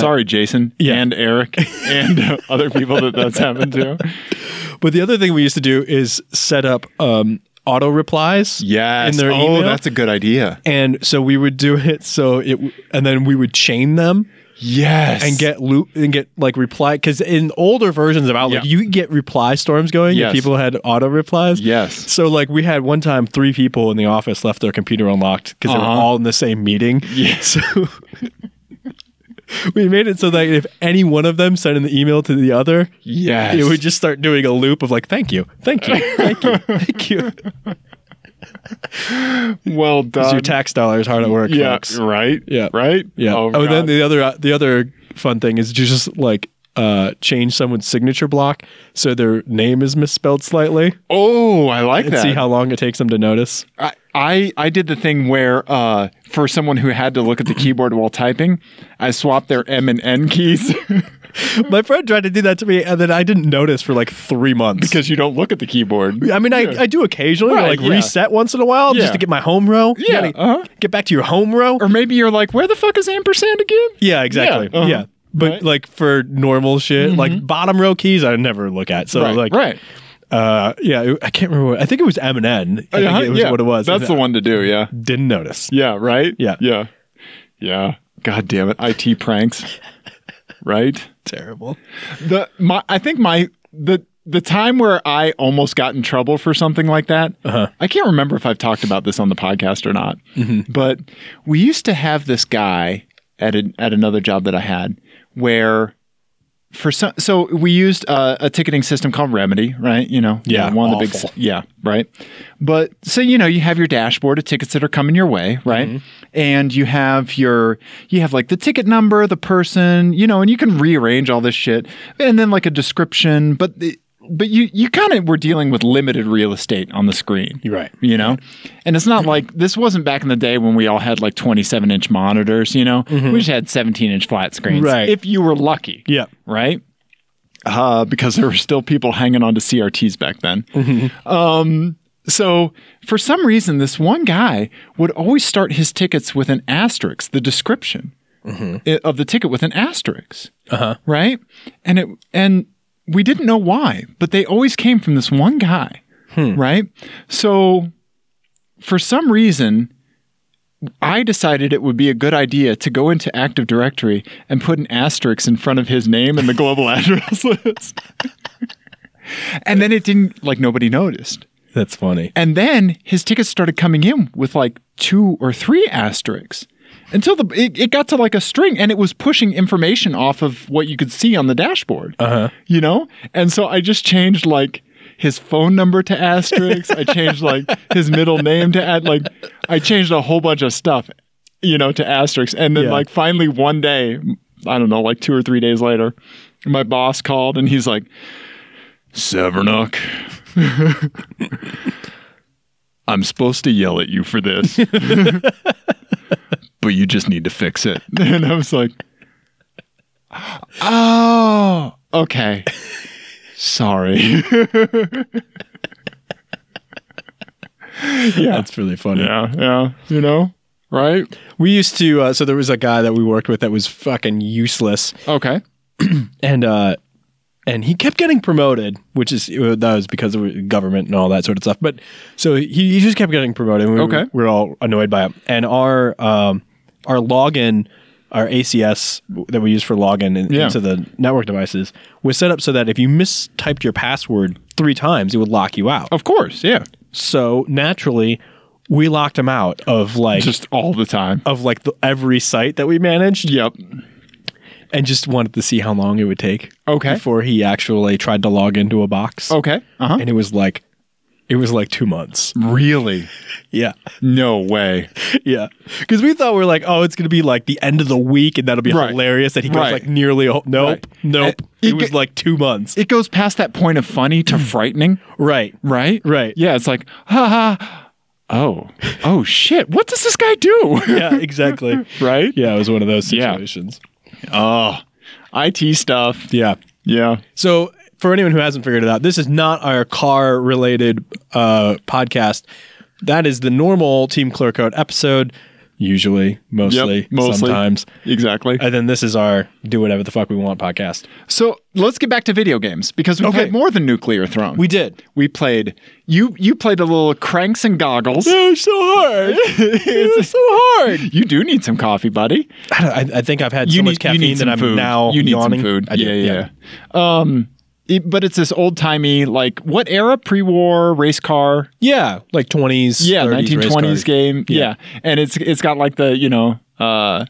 Speaker 2: Sorry, Jason
Speaker 1: yeah.
Speaker 2: and Eric and uh, other people that that's happened to.
Speaker 1: But the other thing we used to do is set up um, auto replies.
Speaker 2: Yes.
Speaker 1: In their
Speaker 2: oh,
Speaker 1: email.
Speaker 2: that's a good idea.
Speaker 1: and so we would do it so it w- and then we would chain them
Speaker 2: Yes.
Speaker 1: and get loop and get like reply because in older versions of Outlook,
Speaker 2: Yeah.
Speaker 1: you could get reply storms going.
Speaker 2: Yes.
Speaker 1: If people had auto replies.
Speaker 2: Yes.
Speaker 1: So like we had one time three people in the office left their computer unlocked because they were
Speaker 2: Uh-huh.
Speaker 1: all in the same meeting. Yeah. So we made it so that if any one of them sent an email to the other,
Speaker 2: Yes.
Speaker 1: it would just start doing a loop of like, thank you, thank you, thank you, thank you.
Speaker 2: Um, well
Speaker 1: It's
Speaker 2: done.
Speaker 1: your tax dollars hard at work,
Speaker 2: yeah.
Speaker 1: folks.
Speaker 2: Right.
Speaker 1: Yeah.
Speaker 2: Right.
Speaker 1: Yeah.
Speaker 2: Oh,
Speaker 1: Oh, then
Speaker 2: God.
Speaker 1: the other the other fun thing is you just like uh, change someone's signature block so their name is misspelled slightly
Speaker 2: oh I like
Speaker 1: and
Speaker 2: that.
Speaker 1: see how long it takes them to notice.
Speaker 2: I, I I did the thing where uh, for someone who had to look at the keyboard while typing, I swapped their M and N keys
Speaker 1: My friend tried to do that to me, and then I didn't notice for like three months.
Speaker 2: because you don't look at the keyboard.
Speaker 1: I mean, I, I do occasionally
Speaker 2: Right,
Speaker 1: like
Speaker 2: yeah.
Speaker 1: reset once in a while
Speaker 2: Yeah.
Speaker 1: just to get my home row. You
Speaker 2: Yeah,
Speaker 1: gotta
Speaker 2: uh-huh.
Speaker 1: Get back to your home row.
Speaker 2: Or maybe you're like, where the fuck is ampersand again?
Speaker 1: yeah, exactly.
Speaker 2: uh-huh.
Speaker 1: Yeah. But
Speaker 2: Right. Mm-hmm.
Speaker 1: like for normal shit, like bottom row keys, I never look at. So
Speaker 2: Right,
Speaker 1: like,
Speaker 2: right.
Speaker 1: uh, yeah, it- I can't remember. What, I think it was M and N. I
Speaker 2: Uh-huh,
Speaker 1: think it was
Speaker 2: yeah.
Speaker 1: what it was.
Speaker 2: That's the one to do, yeah.
Speaker 1: Didn't notice.
Speaker 2: Yeah, right?
Speaker 1: Yeah.
Speaker 2: Yeah. Yeah. God damn it. IT pranks. right?
Speaker 1: Terrible.
Speaker 2: The my I think my the the time where I almost got in trouble for something like that,
Speaker 1: Uh-huh.
Speaker 2: I can't remember if I've talked about this on the podcast or not.
Speaker 1: Mm-hmm.
Speaker 2: But we used to have this guy at an, at another job that I had where for some, so we used uh, a ticketing system called Remedy, right? You know,
Speaker 1: Yeah,
Speaker 2: one of the big,
Speaker 1: awful.
Speaker 2: yeah, right. But so you know, you have your dashboard of tickets that are coming your way, right? And you have your, you have like the ticket number, the person, you know, and you can rearrange all this shit, and then like a description. But the, but you you kind of were dealing with limited real estate on the screen,
Speaker 1: You're right.
Speaker 2: you know and it's not like this wasn't back in the day when we all had like 27 inch monitors you know we just had 17 inch flat screens
Speaker 1: Right.
Speaker 2: if you were lucky
Speaker 1: Yeah.
Speaker 2: right uh, because there were still people hanging on to crts back then um, so for some reason this one guy would always start his tickets with an asterisk the description i- of the ticket with an asterisk
Speaker 1: Uh-huh.
Speaker 2: right and it and we didn't know why but they always came from this one guy right so for some reason I decided it would be a good idea to go into Active Directory and put an asterisk in front of his name in the global address list. and then it didn't, like, nobody noticed.
Speaker 1: That's funny.
Speaker 2: And then his tickets started coming in with like two or three asterisks until the it, it got to like a string and it was pushing information off of what you could see on the dashboard. Uh-huh. You know? And so I just changed like his phone number to asterisks. I changed like his middle name to add like I changed a whole bunch of stuff, you know, to asterisks. And then
Speaker 1: Yeah.
Speaker 2: like finally one day, I don't know, like two or three days later, my boss called and he's like, Severnuk, I'm supposed to yell at you for this, but you just need to fix it. And I was like, oh, okay. Sorry. yeah.
Speaker 1: That's really funny.
Speaker 2: Yeah. Yeah. You know? right?
Speaker 1: We used to, uh, so there was a guy that we worked with that was fucking useless,
Speaker 2: Okay.
Speaker 1: and uh, and he kept getting promoted, which is uh, that was because of government and all that sort of stuff. But so he, he just kept getting promoted. And we,
Speaker 2: Okay.
Speaker 1: we were all annoyed by it, and our um, our login, our ACS that we use for login in,
Speaker 2: Yeah.
Speaker 1: into the network devices was set up so that if you mistyped your password three times, it would lock you out.
Speaker 2: Of course, yeah.
Speaker 1: So naturally, we locked him out of like
Speaker 2: Just all the time.
Speaker 1: of like the, every site that we managed
Speaker 2: Yep.
Speaker 1: and just wanted to see how long it would take
Speaker 2: Okay.
Speaker 1: before he actually tried to log into a box
Speaker 2: Okay. Uh-huh.
Speaker 1: and it was like it was like two months
Speaker 2: Really?
Speaker 1: yeah
Speaker 2: No way.
Speaker 1: yeah because we thought we are like oh it's gonna be like the end of the week and that'll be
Speaker 2: Right.
Speaker 1: hilarious that he goes
Speaker 2: Right.
Speaker 1: like nearly a, nope
Speaker 2: Right.
Speaker 1: nope
Speaker 2: Uh,
Speaker 1: it,
Speaker 2: it
Speaker 1: was
Speaker 2: ge-
Speaker 1: like two months
Speaker 2: It goes past that point of funny to frightening,
Speaker 1: right
Speaker 2: right?
Speaker 1: Mm. Right.
Speaker 2: Yeah, it's like, ha ha. Oh. Oh shit. What does this guy do?
Speaker 1: yeah exactly
Speaker 2: right?
Speaker 1: yeah it was one of those
Speaker 2: Yeah.
Speaker 1: situations
Speaker 2: Oh. IT stuff.
Speaker 1: yeah.
Speaker 2: Yeah.
Speaker 1: So, for anyone who hasn't figured it out, this is not our car related uh, podcast. That is the normal Team Clear Coat episode, usually, mostly,
Speaker 2: mostly.
Speaker 1: sometimes.
Speaker 2: Exactly.
Speaker 1: And then this is our do whatever the fuck we want podcast.
Speaker 2: Uh, So let's get back to video games because we played more than Nuclear Throne.
Speaker 1: We did.
Speaker 2: We played. You you played a little cranks and goggles.
Speaker 1: It was so hard. it was so hard.
Speaker 2: You do need some coffee, buddy.
Speaker 1: I, don't- I- I think I've had
Speaker 2: You
Speaker 1: so
Speaker 2: need
Speaker 1: much caffeine that I'm
Speaker 2: food.
Speaker 1: now
Speaker 2: you need
Speaker 1: yawning.
Speaker 2: some food.
Speaker 1: I do,
Speaker 2: yeah, yeah. yeah. Um, it- but it's this old timey like what era? Pre-war race car.
Speaker 1: Yeah, like 20s.
Speaker 2: Yeah,
Speaker 1: 30s, race
Speaker 2: 1920s
Speaker 1: cars.
Speaker 2: game. Yeah. and it's it's got like the you know. uh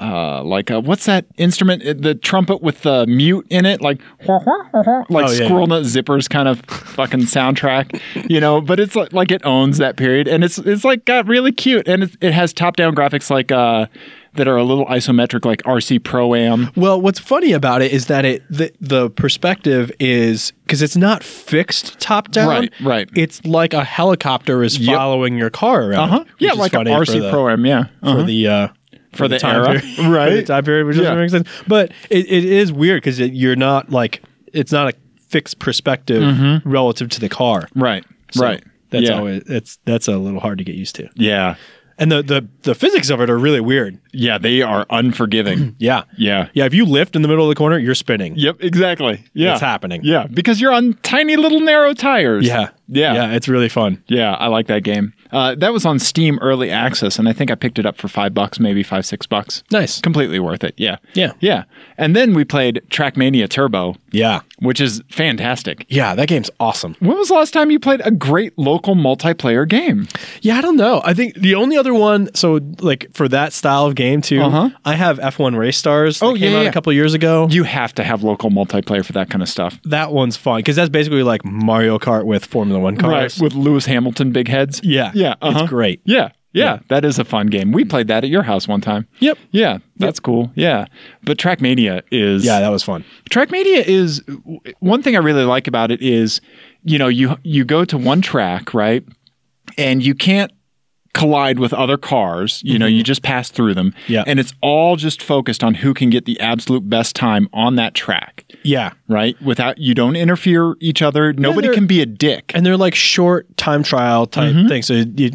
Speaker 2: uh, like uh, what's that instrument? It- The trumpet with the mute in it, like wah, wah, wah, wah, like
Speaker 1: Oh, yeah.
Speaker 2: squirrel nut zippers kind of fucking soundtrack, you know. But it's like, like it owns that period, and it's it's like got really cute, and it, it has top down graphics like uh that are a little isometric, like RC Pro Am.
Speaker 1: Well, what's funny about it is that it the, the perspective is because it's not fixed top down.
Speaker 2: Right, right.
Speaker 1: It's like a helicopter is
Speaker 2: Yep.
Speaker 1: following your car around.
Speaker 2: Uh-huh. Yeah,
Speaker 1: which is
Speaker 2: like an
Speaker 1: funny for
Speaker 2: RC
Speaker 1: the,
Speaker 2: Pro Am. Yeah.
Speaker 1: for
Speaker 2: Uh-huh.
Speaker 1: the uh, for
Speaker 2: the
Speaker 1: time
Speaker 2: era.
Speaker 1: period, for
Speaker 2: Right.
Speaker 1: the time period, which doesn't
Speaker 2: Yeah.
Speaker 1: make sense. But it, it is weird because you're not like it's not a fixed perspective relative to the car.
Speaker 2: Right.
Speaker 1: So
Speaker 2: Mm-hmm. right.
Speaker 1: That's
Speaker 2: yeah.
Speaker 1: always it's that's a little hard to get used to.
Speaker 2: Yeah.
Speaker 1: And the the the physics of it are really weird.
Speaker 2: Yeah. They are unforgiving.
Speaker 1: Yeah.
Speaker 2: yeah.
Speaker 1: Yeah. If you lift in the middle of the corner, you're spinning.
Speaker 2: Yep. Exactly. Yeah.
Speaker 1: It's happening.
Speaker 2: Yeah. Because you're on tiny little narrow tires.
Speaker 1: Yeah.
Speaker 2: Yeah.
Speaker 1: Yeah.
Speaker 2: Yeah.
Speaker 1: It's really fun.
Speaker 2: I like that game. Uh, that was on Steam early access, and I think I picked it up for five bucks, maybe five, six bucks.
Speaker 1: Nice.
Speaker 2: Completely worth it. Yeah.
Speaker 1: Yeah.
Speaker 2: Yeah. And then we played Trackmania Turbo,
Speaker 1: Yeah.
Speaker 2: which is fantastic.
Speaker 1: Yeah, that game's awesome.
Speaker 2: When was the last time you played a great local multiplayer game?
Speaker 1: Yeah, I don't know. I think the only other one, so like for that style of game too,
Speaker 2: Uh-huh.
Speaker 1: I have F1 Race Stars that
Speaker 2: Oh,
Speaker 1: came
Speaker 2: yeah,
Speaker 1: out
Speaker 2: yeah.
Speaker 1: a couple years ago.
Speaker 2: You have to have local multiplayer for that kind of stuff.
Speaker 1: that one's fun because that's basically like Mario Kart with Formula One cars.
Speaker 2: Right, with Lewis Hamilton big heads.
Speaker 1: Yeah.
Speaker 2: Yeah.
Speaker 1: It's
Speaker 2: uh-huh.
Speaker 1: great.
Speaker 2: Yeah, yeah. That is a fun game. We played that at your house one time.
Speaker 1: Yep.
Speaker 2: Yeah. That's cool. Yeah. But Trackmania is
Speaker 1: Yeah, that was fun.
Speaker 2: Trackmania is one thing I really like about it is, you know, you you go to one track, right? And you can't collide with other cars. You know, you just pass through them.
Speaker 1: Mm-hmm. Yeah.
Speaker 2: And it's all just focused on who can get the absolute best time on that track.
Speaker 1: Yeah.
Speaker 2: Right? Without you don't interfere each other. Nobody
Speaker 1: they're-
Speaker 2: can be a dick.
Speaker 1: And they're like short time trial type things. So it, it-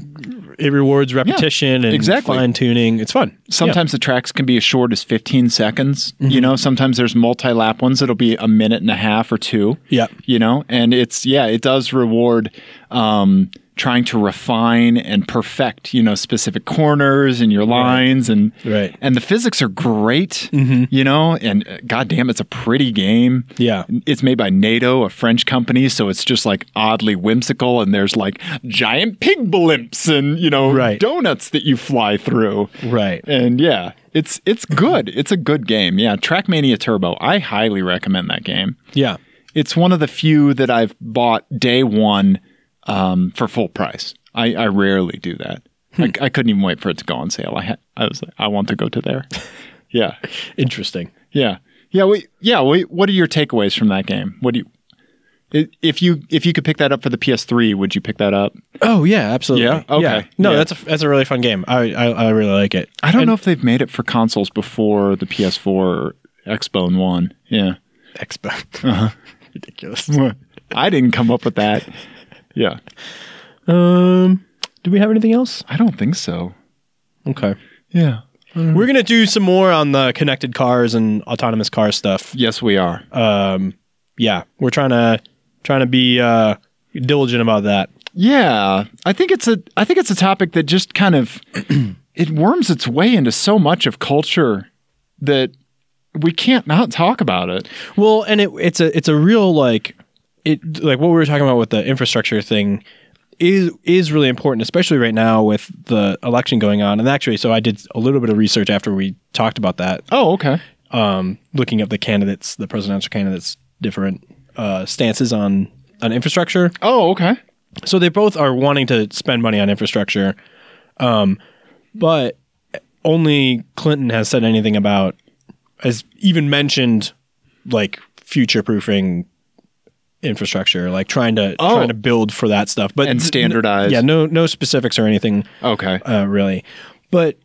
Speaker 1: it rewards repetition and
Speaker 2: exactly.
Speaker 1: fine tuning. It's fun.
Speaker 2: Sometimes the tracks can be as short as 15 seconds.
Speaker 1: Mm-hmm.
Speaker 2: You know, sometimes there's multi lap ones that'll be a minute and a half or two.
Speaker 1: Yep.
Speaker 2: You know, and it's, yeah, it does reward um, trying to refine and perfect, you know, specific corners and your lines. And,
Speaker 1: Right. Mm-hmm.
Speaker 2: and the physics are great, you know, and uh, goddamn, it's a pretty game.
Speaker 1: Yeah.
Speaker 2: It's made by NATO, a French company. So it's just like oddly whimsical. And there's like giant pig blimps and, you know,
Speaker 1: Right.
Speaker 2: donuts that you fly through.
Speaker 1: Right.
Speaker 2: And yeah, it's it's good. It's a good game. Yeah, Trackmania Turbo. I highly recommend that game.
Speaker 1: Yeah.
Speaker 2: It's one of the few that I've bought day one um, for full price. I, I rarely do that. I, I couldn't even wait for it to go on sale. I had, I was like, I want to go to there. yeah,
Speaker 1: Interesting.
Speaker 2: yeah, yeah. We, yeah. We, what are your takeaways from that game? What do you? i- If you if you could pick that up for the PS3, would you pick that up?
Speaker 1: Oh yeah, absolutely.
Speaker 2: Yeah? Okay.
Speaker 1: No,
Speaker 2: Yeah.
Speaker 1: that's a, that's a really fun game. I I, I really like it.
Speaker 2: I don't know if they've made it for consoles before the PS4 or Xbone One. Yeah.
Speaker 1: Expo.
Speaker 2: Uh-huh.
Speaker 1: Ridiculous.
Speaker 2: I didn't come up with that. Yeah.
Speaker 1: Um, do we have anything else?
Speaker 2: I don't think so.
Speaker 1: Okay.
Speaker 2: Yeah.
Speaker 1: We're gonna do some more on the connected cars and autonomous car stuff.
Speaker 2: Yes, we are.
Speaker 1: Um, yeah, we're trying to trying to be uh, diligent about that.
Speaker 2: Yeah, I think it's a I think it's a topic that just kind of it worms its way into so much of culture that we can't not talk about it.
Speaker 1: Well, and it, it's a it's a real like it like what we were talking about with the infrastructure thing is is really important, especially right now with the election going on. And actually, so I did a little bit of research after we talked about that,
Speaker 2: Oh, okay.
Speaker 1: um, looking up the candidates, the presidential candidates, different uh, stances on on infrastructure.
Speaker 2: Oh, okay.
Speaker 1: So they both are wanting to spend money on infrastructure, um, but only Clinton has said anything about, has even mentioned, like future proofing infrastructure, like trying to
Speaker 2: Oh.
Speaker 1: trying to build for that stuff, but
Speaker 2: And
Speaker 1: th-
Speaker 2: standardize.
Speaker 1: yeah, no no specifics or anything
Speaker 2: Okay.
Speaker 1: uh, really. But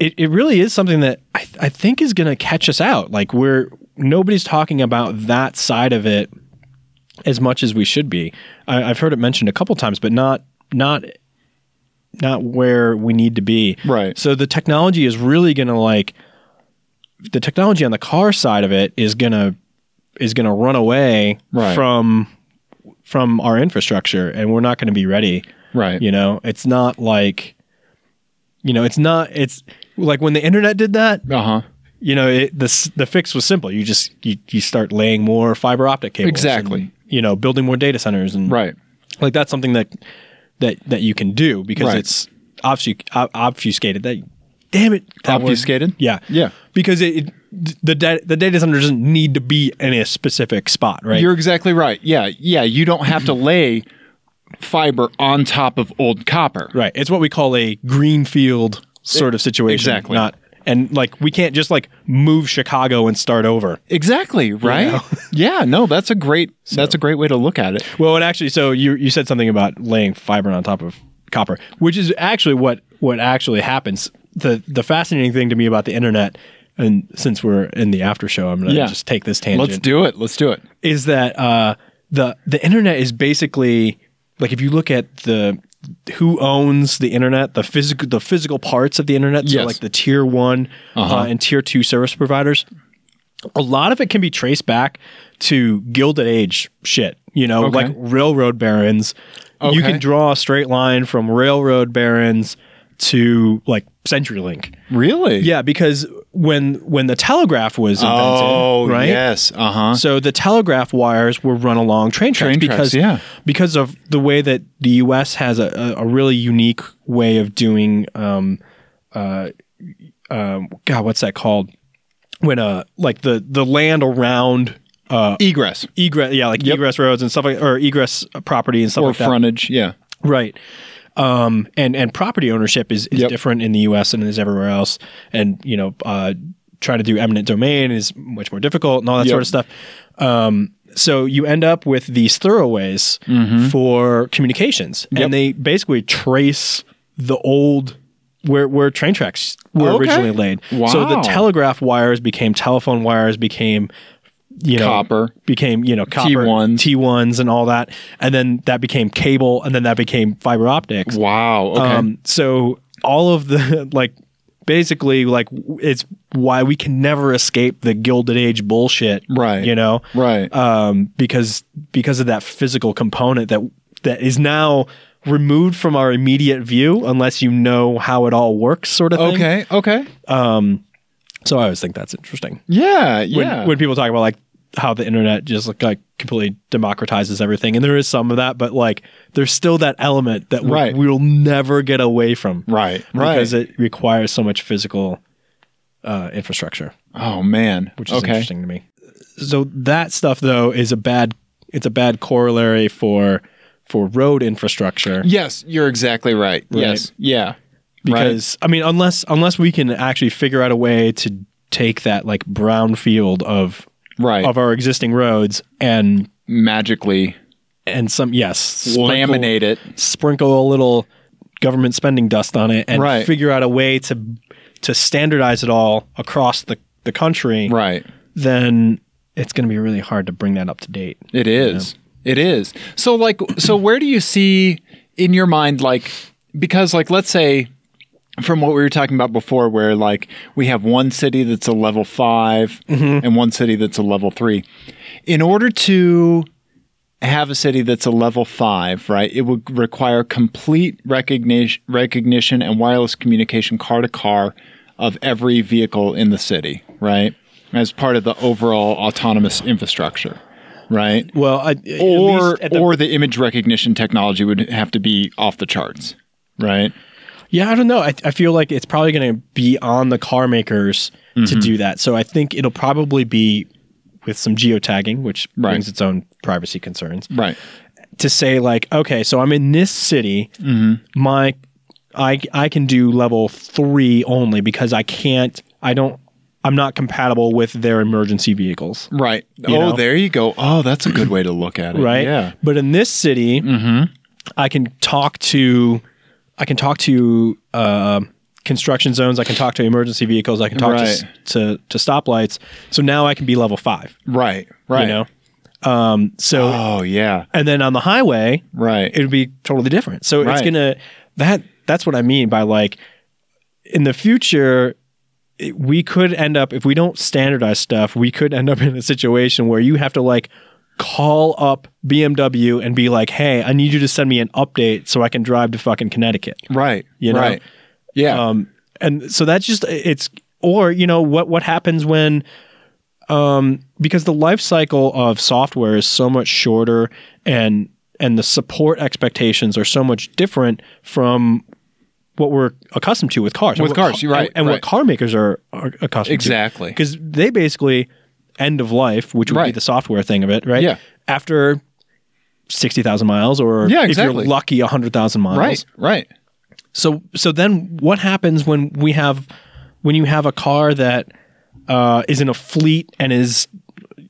Speaker 1: it, it really is something that I, th- I think is going to catch us out. Like we're nobody's talking about that side of it as much as we should be. I, I've heard it mentioned a couple times, but not not not where we need to be.
Speaker 2: Right.
Speaker 1: So the technology is really going to like the technology on the car side of it is going to is going to run away
Speaker 2: Right.
Speaker 1: from from our infrastructure and we're not going to be ready
Speaker 2: Right.
Speaker 1: you know, it's not like, you know, it's not. It's like when the internet did that.
Speaker 2: Uh huh.
Speaker 1: You know, it, the s- the fix was simple. You just you, you start laying more fiber optic cables.
Speaker 2: Exactly.
Speaker 1: and, you know, building more data centers and
Speaker 2: Right.
Speaker 1: like that's something that that that you can do because
Speaker 2: Right.
Speaker 1: it's obfusc- ob- obfuscated. That damn it, that word.
Speaker 2: Obfuscated?
Speaker 1: Yeah,
Speaker 2: Yeah.
Speaker 1: Because it, it the da- the data center doesn't need to be in a specific spot, right?
Speaker 2: You're exactly right. Yeah. Yeah. You don't have to lay fiber on top of old copper.
Speaker 1: Right. It's what we call a greenfield sort of situation.
Speaker 2: Exactly.
Speaker 1: Not and like we can't just like move Chicago and start over.
Speaker 2: Exactly. Right. yeah. No, that's a great that's a great way to look at it.
Speaker 1: Well, and actually, so you you said something about laying fiber on top of copper, which is actually what what actually happens. the The fascinating thing to me about the internet, and since we're in the after show, I'm gonna
Speaker 2: Yeah.
Speaker 1: just take this tangent.
Speaker 2: Let's do it. Let's do it.
Speaker 1: is that uh, the the internet is basically like if you look at the who owns the internet, the physical the physical parts of the internet, so
Speaker 2: Yes. Uh-huh.
Speaker 1: like the tier one uh, and tier two service providers. A lot of it can be traced back to Gilded Age shit, you know,
Speaker 2: Okay.
Speaker 1: like railroad barons. You
Speaker 2: Okay.
Speaker 1: can draw a straight line from railroad barons to like CenturyLink.
Speaker 2: Really?
Speaker 1: Yeah, because when when the telegraph was invented,
Speaker 2: Oh,
Speaker 1: right?
Speaker 2: yes. Uh huh.
Speaker 1: So the telegraph wires were run along train tracks
Speaker 2: Train tracks,
Speaker 1: because
Speaker 2: yeah.
Speaker 1: because of the way that the U.S. has a, a, a really unique way of doing um, uh, um, God, what's that called? When uh, like the the land around Uh,
Speaker 2: Egress
Speaker 1: egress, yeah, like egress roads and stuff like, or egress property and stuff
Speaker 2: or
Speaker 1: like that,
Speaker 2: frontage. Yeah.
Speaker 1: right? Um, and and property ownership is, is
Speaker 2: Yep.
Speaker 1: different in the U.S. than it is everywhere else, and you know, uh, trying to do eminent domain is much more difficult and all that
Speaker 2: Yep.
Speaker 1: sort of stuff Um, so you end up with these thoroughways for communications
Speaker 2: Mm-hmm. Yep.
Speaker 1: and they basically trace the old where where train tracks were
Speaker 2: Okay.
Speaker 1: originally laid so the
Speaker 2: Wow.
Speaker 1: telegraph wires became telephone wires became you know
Speaker 2: Copper.
Speaker 1: became you know copper
Speaker 2: T1s.
Speaker 1: t1s and all that and then that became cable and then that became fiber optics
Speaker 2: Wow. Okay.
Speaker 1: um, so all of the like basically like w- it's why we can never escape the gilded age bullshit
Speaker 2: Right.
Speaker 1: you know
Speaker 2: Right.
Speaker 1: um because because of that physical component that that is now removed from our immediate view unless you know how it all works sort of thing
Speaker 2: okay. Okay.
Speaker 1: so i always think that's interesting
Speaker 2: Yeah.
Speaker 1: when,
Speaker 2: Yeah.
Speaker 1: when people talk about like how the internet just like, like completely democratizes everything and there is some of that but like there's still that element that we,
Speaker 2: Right.
Speaker 1: we'll never get away from
Speaker 2: right. Right.
Speaker 1: because it requires so much physical uh, infrastructure,
Speaker 2: oh man.
Speaker 1: which is
Speaker 2: okay.
Speaker 1: interesting to me. So that stuff though is a bad it's a bad corollary for for road infrastructure
Speaker 2: Yes, you're exactly right. Yes. Yeah.
Speaker 1: because I mean unless unless we can actually figure out a way to take that like brown field of
Speaker 2: right. Right.
Speaker 1: of our existing roads and
Speaker 2: Magically
Speaker 1: and some yes sprinkle-
Speaker 2: laminate it.
Speaker 1: sprinkle a little government spending dust on it and
Speaker 2: Right.
Speaker 1: figure out a way to to standardize it all across the the country
Speaker 2: Right.
Speaker 1: then it's going to be really hard to bring that up to date.
Speaker 2: It is. It is. So like so where do you see in your mind like because like let's say from what we were talking about before, where like we have one city that's a level 5 and one city that's a level three. In order to have a city that's a level five, right, it would require complete recognition, recognition and wireless communication car to car of every vehicle in the city, right, as part of the overall autonomous infrastructure, right?
Speaker 1: Well, I, at
Speaker 2: Or,
Speaker 1: least at the-
Speaker 2: or the image recognition technology would have to be off the charts, right?
Speaker 1: yeah, I don't know. I, I feel like it's probably going to be on the car makers
Speaker 2: Mm-hmm.
Speaker 1: to do that. So I think it'll probably be with some geotagging, which
Speaker 2: Right.
Speaker 1: brings its own privacy concerns.
Speaker 2: Right.
Speaker 1: to say like, okay, so I'm in this city.
Speaker 2: Mm-hmm.
Speaker 1: My, I I can do level three only because I can't. I don't. I'm not compatible with their emergency vehicles.
Speaker 2: Right. oh,
Speaker 1: know?
Speaker 2: there you go. Oh, that's a good way to look at it.
Speaker 1: Right.
Speaker 2: Yeah. Mm-hmm.
Speaker 1: But in this city, I can talk to. I can talk to uh, construction zones. I can talk to emergency vehicles. I can talk to s-
Speaker 2: Right.
Speaker 1: to to stoplights. So now I can be level five.
Speaker 2: Right. Right.
Speaker 1: You know. Um. So
Speaker 2: Oh, yeah.
Speaker 1: and then on the highway,
Speaker 2: Right.
Speaker 1: it would be totally different. So it's
Speaker 2: Right.
Speaker 1: gonna that that's what I mean by like in the future it- we could end up if we don't standardize stuff, we could end up in a situation where you have to like call up BMW and be like, "Hey, I need you to send me an update so I can drive to fucking Connecticut."
Speaker 2: right.
Speaker 1: You know?
Speaker 2: Right. Yeah.
Speaker 1: Um and so that's just it's or you know what what happens when um, because the life cycle of software is so much shorter and and the support expectations are so much different from what we're accustomed to with cars. And
Speaker 2: With
Speaker 1: what
Speaker 2: cars,
Speaker 1: ca-
Speaker 2: you're right,
Speaker 1: And, and
Speaker 2: right.
Speaker 1: what car makers are, are accustomed
Speaker 2: Exactly.
Speaker 1: Because they basically end of life, which would be
Speaker 2: Right.
Speaker 1: the software thing of it, right?
Speaker 2: Yeah.
Speaker 1: After 60,000 miles or
Speaker 2: Yeah,
Speaker 1: if
Speaker 2: exactly.
Speaker 1: you're lucky, 100,000 miles.
Speaker 2: right. Right.
Speaker 1: So so then what happens when we have when you have a car that uh, is in a fleet and is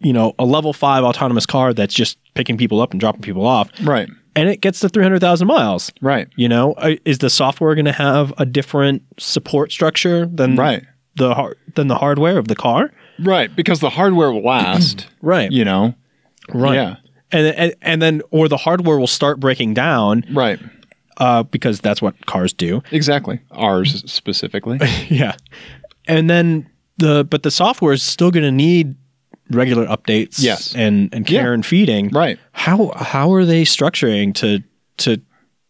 Speaker 1: you know a level five autonomous car that's just picking people up and dropping people off,
Speaker 2: Right.
Speaker 1: and it gets to three hundred thousand miles,
Speaker 2: Right.
Speaker 1: You know, uh, is the software going to have a different support structure than
Speaker 2: Right.
Speaker 1: the har- than the hardware of the car?
Speaker 2: Right. Because the hardware will last.
Speaker 1: Right.
Speaker 2: You know?
Speaker 1: Right.
Speaker 2: Yeah.
Speaker 1: And, and and then or the hardware will start breaking down
Speaker 2: Right.
Speaker 1: uh, because that's what cars do.
Speaker 2: Exactly. Ours specifically.
Speaker 1: Yeah. And then the but the software is still going to need regular updates
Speaker 2: Yes.
Speaker 1: and and care
Speaker 2: Yeah.
Speaker 1: and feeding.
Speaker 2: right.
Speaker 1: How how are they structuring to to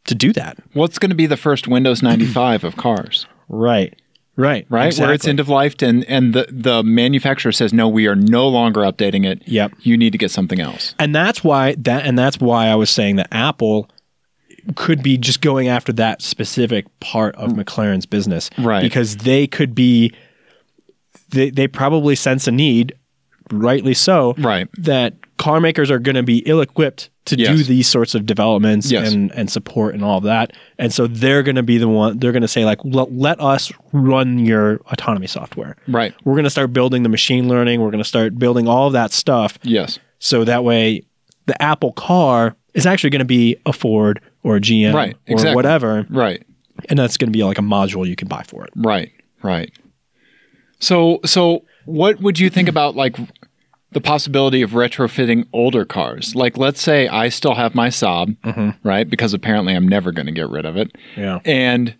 Speaker 1: to do that?
Speaker 2: What's going to be the first Windows 95 of cars?
Speaker 1: Right. Right.
Speaker 2: right? Where it's end of life and and the the manufacturer says no, we are no longer updating it.
Speaker 1: Yep.
Speaker 2: You need to get something else.
Speaker 1: and that's why that and that's why I was saying that Apple could be just going after that specific part of McLaren's business.
Speaker 2: Mm. Right.
Speaker 1: Because they could be they they probably sense a need, rightly so,
Speaker 2: Right.
Speaker 1: that car makers are going to be ill-equipped to do
Speaker 2: Yes.
Speaker 1: these sorts of developments
Speaker 2: Yes.
Speaker 1: and, and support and all of that. And so they're going to be the one, they're going to say like, let, let us run your autonomy software.
Speaker 2: Right.
Speaker 1: We're going to start building the machine learning. We're going to start building all of that stuff.
Speaker 2: Yes.
Speaker 1: So that way the Apple car is actually going to be a Ford or a GM
Speaker 2: Right,
Speaker 1: or
Speaker 2: exactly.
Speaker 1: whatever.
Speaker 2: Right.
Speaker 1: And that's going to be like a module you can buy for it.
Speaker 2: Right, right. So, so what would you think about like the possibility of retrofitting older cars? Like, let's say I still have my Saab, right? Because apparently I'm never going to get rid of it.
Speaker 1: Yeah.
Speaker 2: And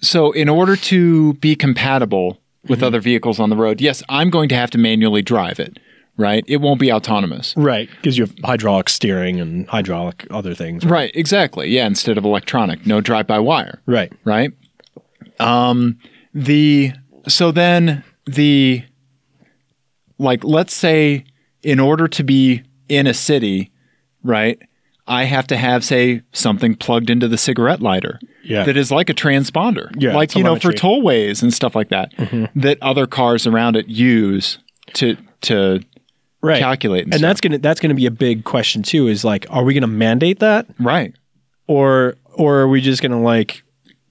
Speaker 2: so, in order to be compatible with other vehicles on the road, yes, I'm going to have to manually drive it, right? It won't be autonomous.
Speaker 1: Right. Because you have hydraulic steering and hydraulic other things.
Speaker 2: Right, exactly. Yeah, instead of electronic, no drive by wire.
Speaker 1: Right.
Speaker 2: right? Um, the so then the like let's say in order to be in a city, right? I have to have say something plugged into the cigarette lighter
Speaker 1: Yeah.
Speaker 2: that is like a transponder,
Speaker 1: Yeah,
Speaker 2: like you know for
Speaker 1: telemetry.
Speaker 2: tollways and stuff like that
Speaker 1: Mm-hmm.
Speaker 2: that other cars around it use to to
Speaker 1: Right.
Speaker 2: calculate and,
Speaker 1: and
Speaker 2: stuff.
Speaker 1: that's gonna that's gonna be a big question too. Is like, are we gonna mandate that,
Speaker 2: right,
Speaker 1: or or are we just gonna like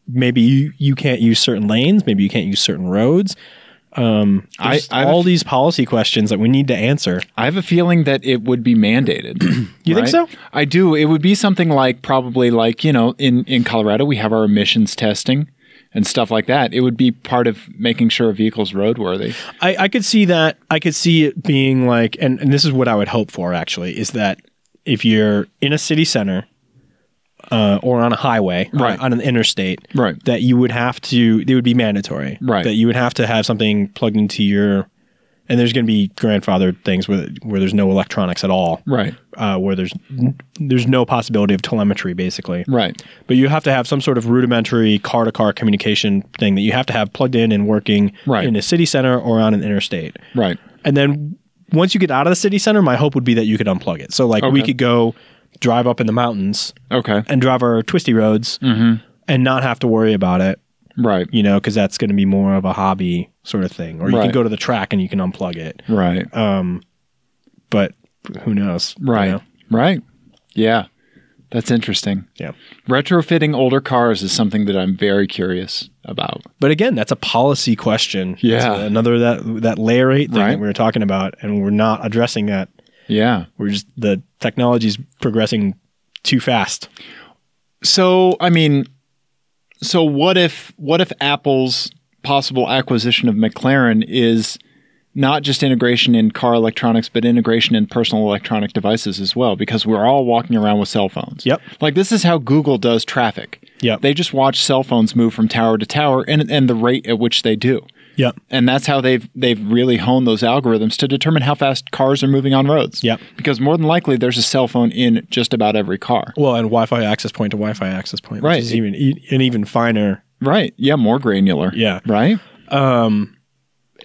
Speaker 1: maybe you, you can't use certain lanes, maybe you can't use certain roads? Um,
Speaker 2: I-
Speaker 1: there's
Speaker 2: I-
Speaker 1: all these policy questions that we need to answer.
Speaker 2: I have a feeling that it would be mandated.
Speaker 1: You think so?
Speaker 2: I do. It would be something like probably like, you know, in, in Colorado, we have our emissions testing and stuff like that. It would be part of making sure a vehicle's roadworthy.
Speaker 1: I, I could see that. I could see it being like, and, and this is what I would hope for actually, is that if you're in a city center, uh, or on a highway, on-
Speaker 2: Right.
Speaker 1: on, an interstate,
Speaker 2: Right.
Speaker 1: that you would have to. It would be mandatory,
Speaker 2: Right.
Speaker 1: That you would have to have something plugged into your. And there's going to be grandfathered things where where there's no electronics at all,
Speaker 2: Right.
Speaker 1: uh, where there's there's no possibility of telemetry, basically.
Speaker 2: Right.
Speaker 1: But you have to have some sort of rudimentary car to car communication thing that you have to have plugged in and working
Speaker 2: Right.
Speaker 1: in a city center or on an interstate.
Speaker 2: Right.
Speaker 1: And then once you get out of the city center, my hope would be that you could unplug it. So like we
Speaker 2: Okay.
Speaker 1: could go drive up in the mountains
Speaker 2: Okay.
Speaker 1: and drive our twisty roads
Speaker 2: Mm-hmm.
Speaker 1: and not have to worry about it,
Speaker 2: Right.
Speaker 1: you know, because that's going to be more of a hobby sort of thing. Or you can
Speaker 2: Right.
Speaker 1: go to the track and you can unplug it.
Speaker 2: Right.
Speaker 1: Oh. But who knows? you
Speaker 2: right.
Speaker 1: know?
Speaker 2: Right. Yeah. That's interesting.
Speaker 1: Yeah.
Speaker 2: Retrofitting older cars is something that I'm very curious about.
Speaker 1: But again, that's a policy question. It's
Speaker 2: Yeah.
Speaker 1: another that that layer eight thing
Speaker 2: Right.
Speaker 1: that we were talking about, and we're not addressing that.
Speaker 2: Yeah.
Speaker 1: We're just the technology's progressing too fast.
Speaker 2: So, I mean, so what if what if Apple's possible acquisition of McLaren is not just integration in car electronics, but integration in personal electronic devices as well, because we're all walking around with cell phones.
Speaker 1: Yep.
Speaker 2: Like this is how Google does traffic.
Speaker 1: Yep.
Speaker 2: They just watch cell phones move from tower to tower and, and the rate at which they do.
Speaker 1: Yep.
Speaker 2: And that's how they've they've really honed those algorithms to determine how fast cars are moving on roads.
Speaker 1: Yep.
Speaker 2: Because more than likely there's a cell phone in just about every car.
Speaker 1: Well, and Wi-Fi access point to Wi-Fi access point,
Speaker 2: Right.
Speaker 1: Which is even e- an even finer.
Speaker 2: Right. Yeah, more granular.
Speaker 1: Yeah.
Speaker 2: Right?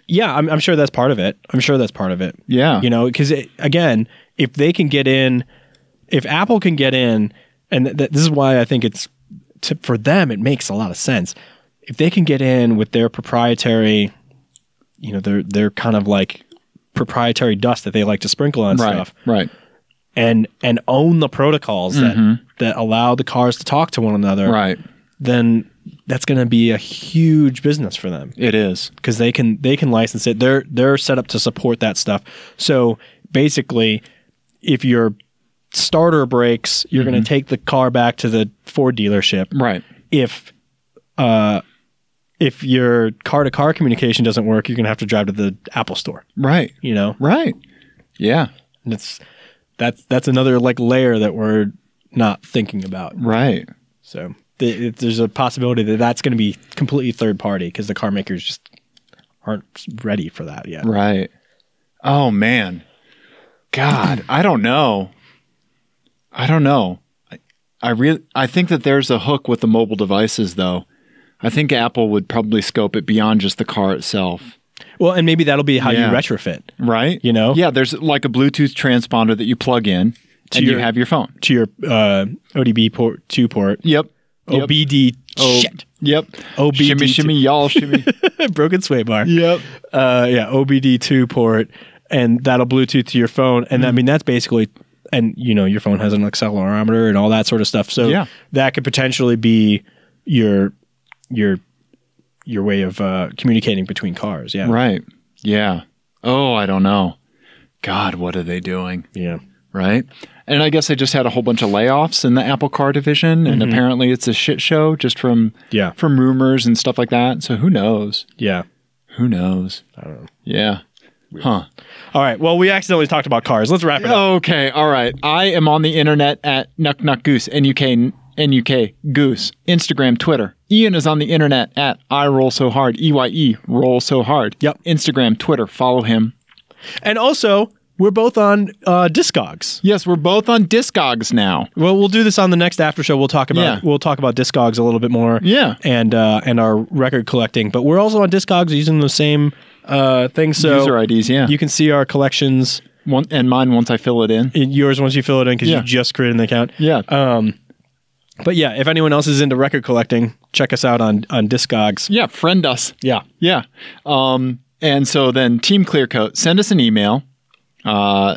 Speaker 1: Yeah, I'm, I'm sure that's part of it. I'm sure that's part of it.
Speaker 2: Yeah.
Speaker 1: You know, because again, if they can get in, if Apple can get in, and th- th- this is why I think it's to, for them, it makes a lot of sense. If they can get in with their proprietary, you know, their their kind of like proprietary dust that they like to sprinkle on
Speaker 2: Right.
Speaker 1: stuff,
Speaker 2: Right.
Speaker 1: and and own the protocols that that allow the cars to talk to one another,
Speaker 2: Right.
Speaker 1: then that's going to be a huge business for them
Speaker 2: It is.
Speaker 1: because they can they can license it. They're they're set up to support that stuff. So basically, if your starter breaks, you're going to take the car back to the Ford dealership.
Speaker 2: Right.
Speaker 1: If uh, if your car to car communication doesn't work, you're going to have to drive to the Apple store.
Speaker 2: Right.
Speaker 1: You know,
Speaker 2: Right. Yeah.
Speaker 1: and it's that's that's another like layer that we're not thinking about.
Speaker 2: Right.
Speaker 1: So th- it- there's a possibility that that's going to be completely third party because the car makers just aren't ready for that yet.
Speaker 2: Right. Oh man. God, I don't know. I don't know. I, I really I think that there's a hook with the mobile devices though. I think Apple would probably scope it beyond just the car itself.
Speaker 1: Well, and maybe that'll be how
Speaker 2: Yeah.
Speaker 1: you retrofit
Speaker 2: Right?
Speaker 1: You know?
Speaker 2: Yeah, there's like a Bluetooth transponder that you plug in and you
Speaker 1: your-
Speaker 2: have your phone.
Speaker 1: to your uh, ODB port two port
Speaker 2: Yep. Yep.
Speaker 1: OBD
Speaker 2: Oh,
Speaker 1: shit
Speaker 2: Yep.
Speaker 1: OBD
Speaker 2: Shimmy, shimmy, y'all, shimmy.
Speaker 1: broken sway bar.
Speaker 2: yep.
Speaker 1: Uh, yeah, OBD two port, and that'll Bluetooth to your phone, and
Speaker 2: Mm-hmm.
Speaker 1: I mean that's basically. And you know your phone has an accelerometer and all that sort of stuff, so
Speaker 2: Yeah.
Speaker 1: that could potentially be your your your way of uh, communicating between cars. Yeah,
Speaker 2: Right. Yeah. Oh, I don't know. God, what are they doing?
Speaker 1: Yeah.
Speaker 2: Right. And I guess they just had a whole bunch of layoffs in the Apple car division, and apparently it's a shit show just from
Speaker 1: Yeah.
Speaker 2: from rumors and stuff like that. So who knows?
Speaker 1: Yeah.
Speaker 2: Who knows? I don't know. Yeah. Huh.
Speaker 1: All right. Well, we accidentally talked about cars. Let's wrap it up.
Speaker 2: Okay. All right. I am on the internet at Nuck Nuck Goose, NUK, NUK Goose, Instagram, Twitter. Ian is on the internet at I Roll So Hard, EYE Roll So Hard.
Speaker 1: Yep.
Speaker 2: Instagram, Twitter. Follow him.
Speaker 1: And also, we're both on uh, Discogs.
Speaker 2: Yes, we're both on Discogs now.
Speaker 1: Well, we'll do this on the next after show. We'll talk about
Speaker 2: Yeah.
Speaker 1: we'll talk about Discogs a little bit more.
Speaker 2: Yeah.
Speaker 1: And uh, and our record collecting, but we're also on Discogs using the same uh, thing. So
Speaker 2: User IDs, yeah.
Speaker 1: you can see our collections.
Speaker 2: One, and mine once I fill it in.
Speaker 1: in Yours once you fill it in because
Speaker 2: Yeah.
Speaker 1: you just created an account. Um,
Speaker 2: Yeah.
Speaker 1: But yeah, if anyone else is into record collecting, check us out on on Discogs.
Speaker 2: yeah, friend us.
Speaker 1: Yeah.
Speaker 2: Yeah. Um, and so then Team Clearcoat, send us an email. Uh,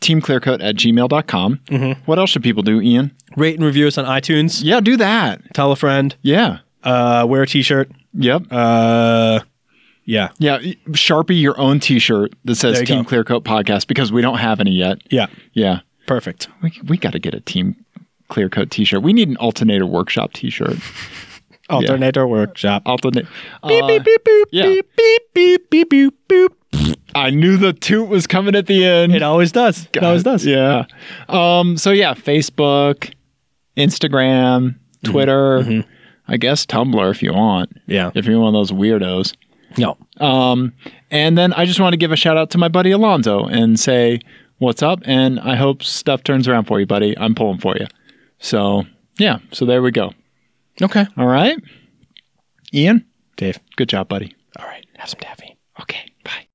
Speaker 2: teamclearcoat at gmail.com. Mm-hmm. What else should people do, Ian?
Speaker 1: Rate and review us on iTunes.
Speaker 2: Yeah, do that.
Speaker 1: Tell a friend.
Speaker 2: Yeah.
Speaker 1: Uh, wear a T-shirt.
Speaker 2: Yep.
Speaker 1: Uh, yeah.
Speaker 2: yeah. y- Sharpie your own t shirt that says
Speaker 1: There you
Speaker 2: Team Clearcoat Podcast because we don't have any yet.
Speaker 1: Yeah.
Speaker 2: Yeah.
Speaker 1: Perfect.
Speaker 2: We, we got to get a Team Clearcoat t shirt. We need an alternator workshop t shirt.
Speaker 1: Alternator workshop.
Speaker 2: Alternate. uh,
Speaker 1: beep, beep, beep, boop,
Speaker 2: yeah.
Speaker 1: beep, beep, beep, beep, boop, boop.
Speaker 2: I knew the toot was coming at the end.
Speaker 1: It always does. It always does.
Speaker 2: Yeah. Um, so yeah, Facebook, Instagram,
Speaker 1: Mm-hmm.
Speaker 2: Twitter, I guess Tumblr if you want.
Speaker 1: Yeah.
Speaker 2: If you're one of those weirdos.
Speaker 1: No.
Speaker 2: Um, and then I just want to give a shout out to my buddy Alonzo and say what's up. And I hope stuff turns around for you, buddy. I'm pulling for you. So yeah, so there we go.
Speaker 1: Okay.
Speaker 2: All right, Ian,
Speaker 1: Dave.
Speaker 2: good job, buddy.
Speaker 1: All right. Have some taffy.
Speaker 2: Okay, bye.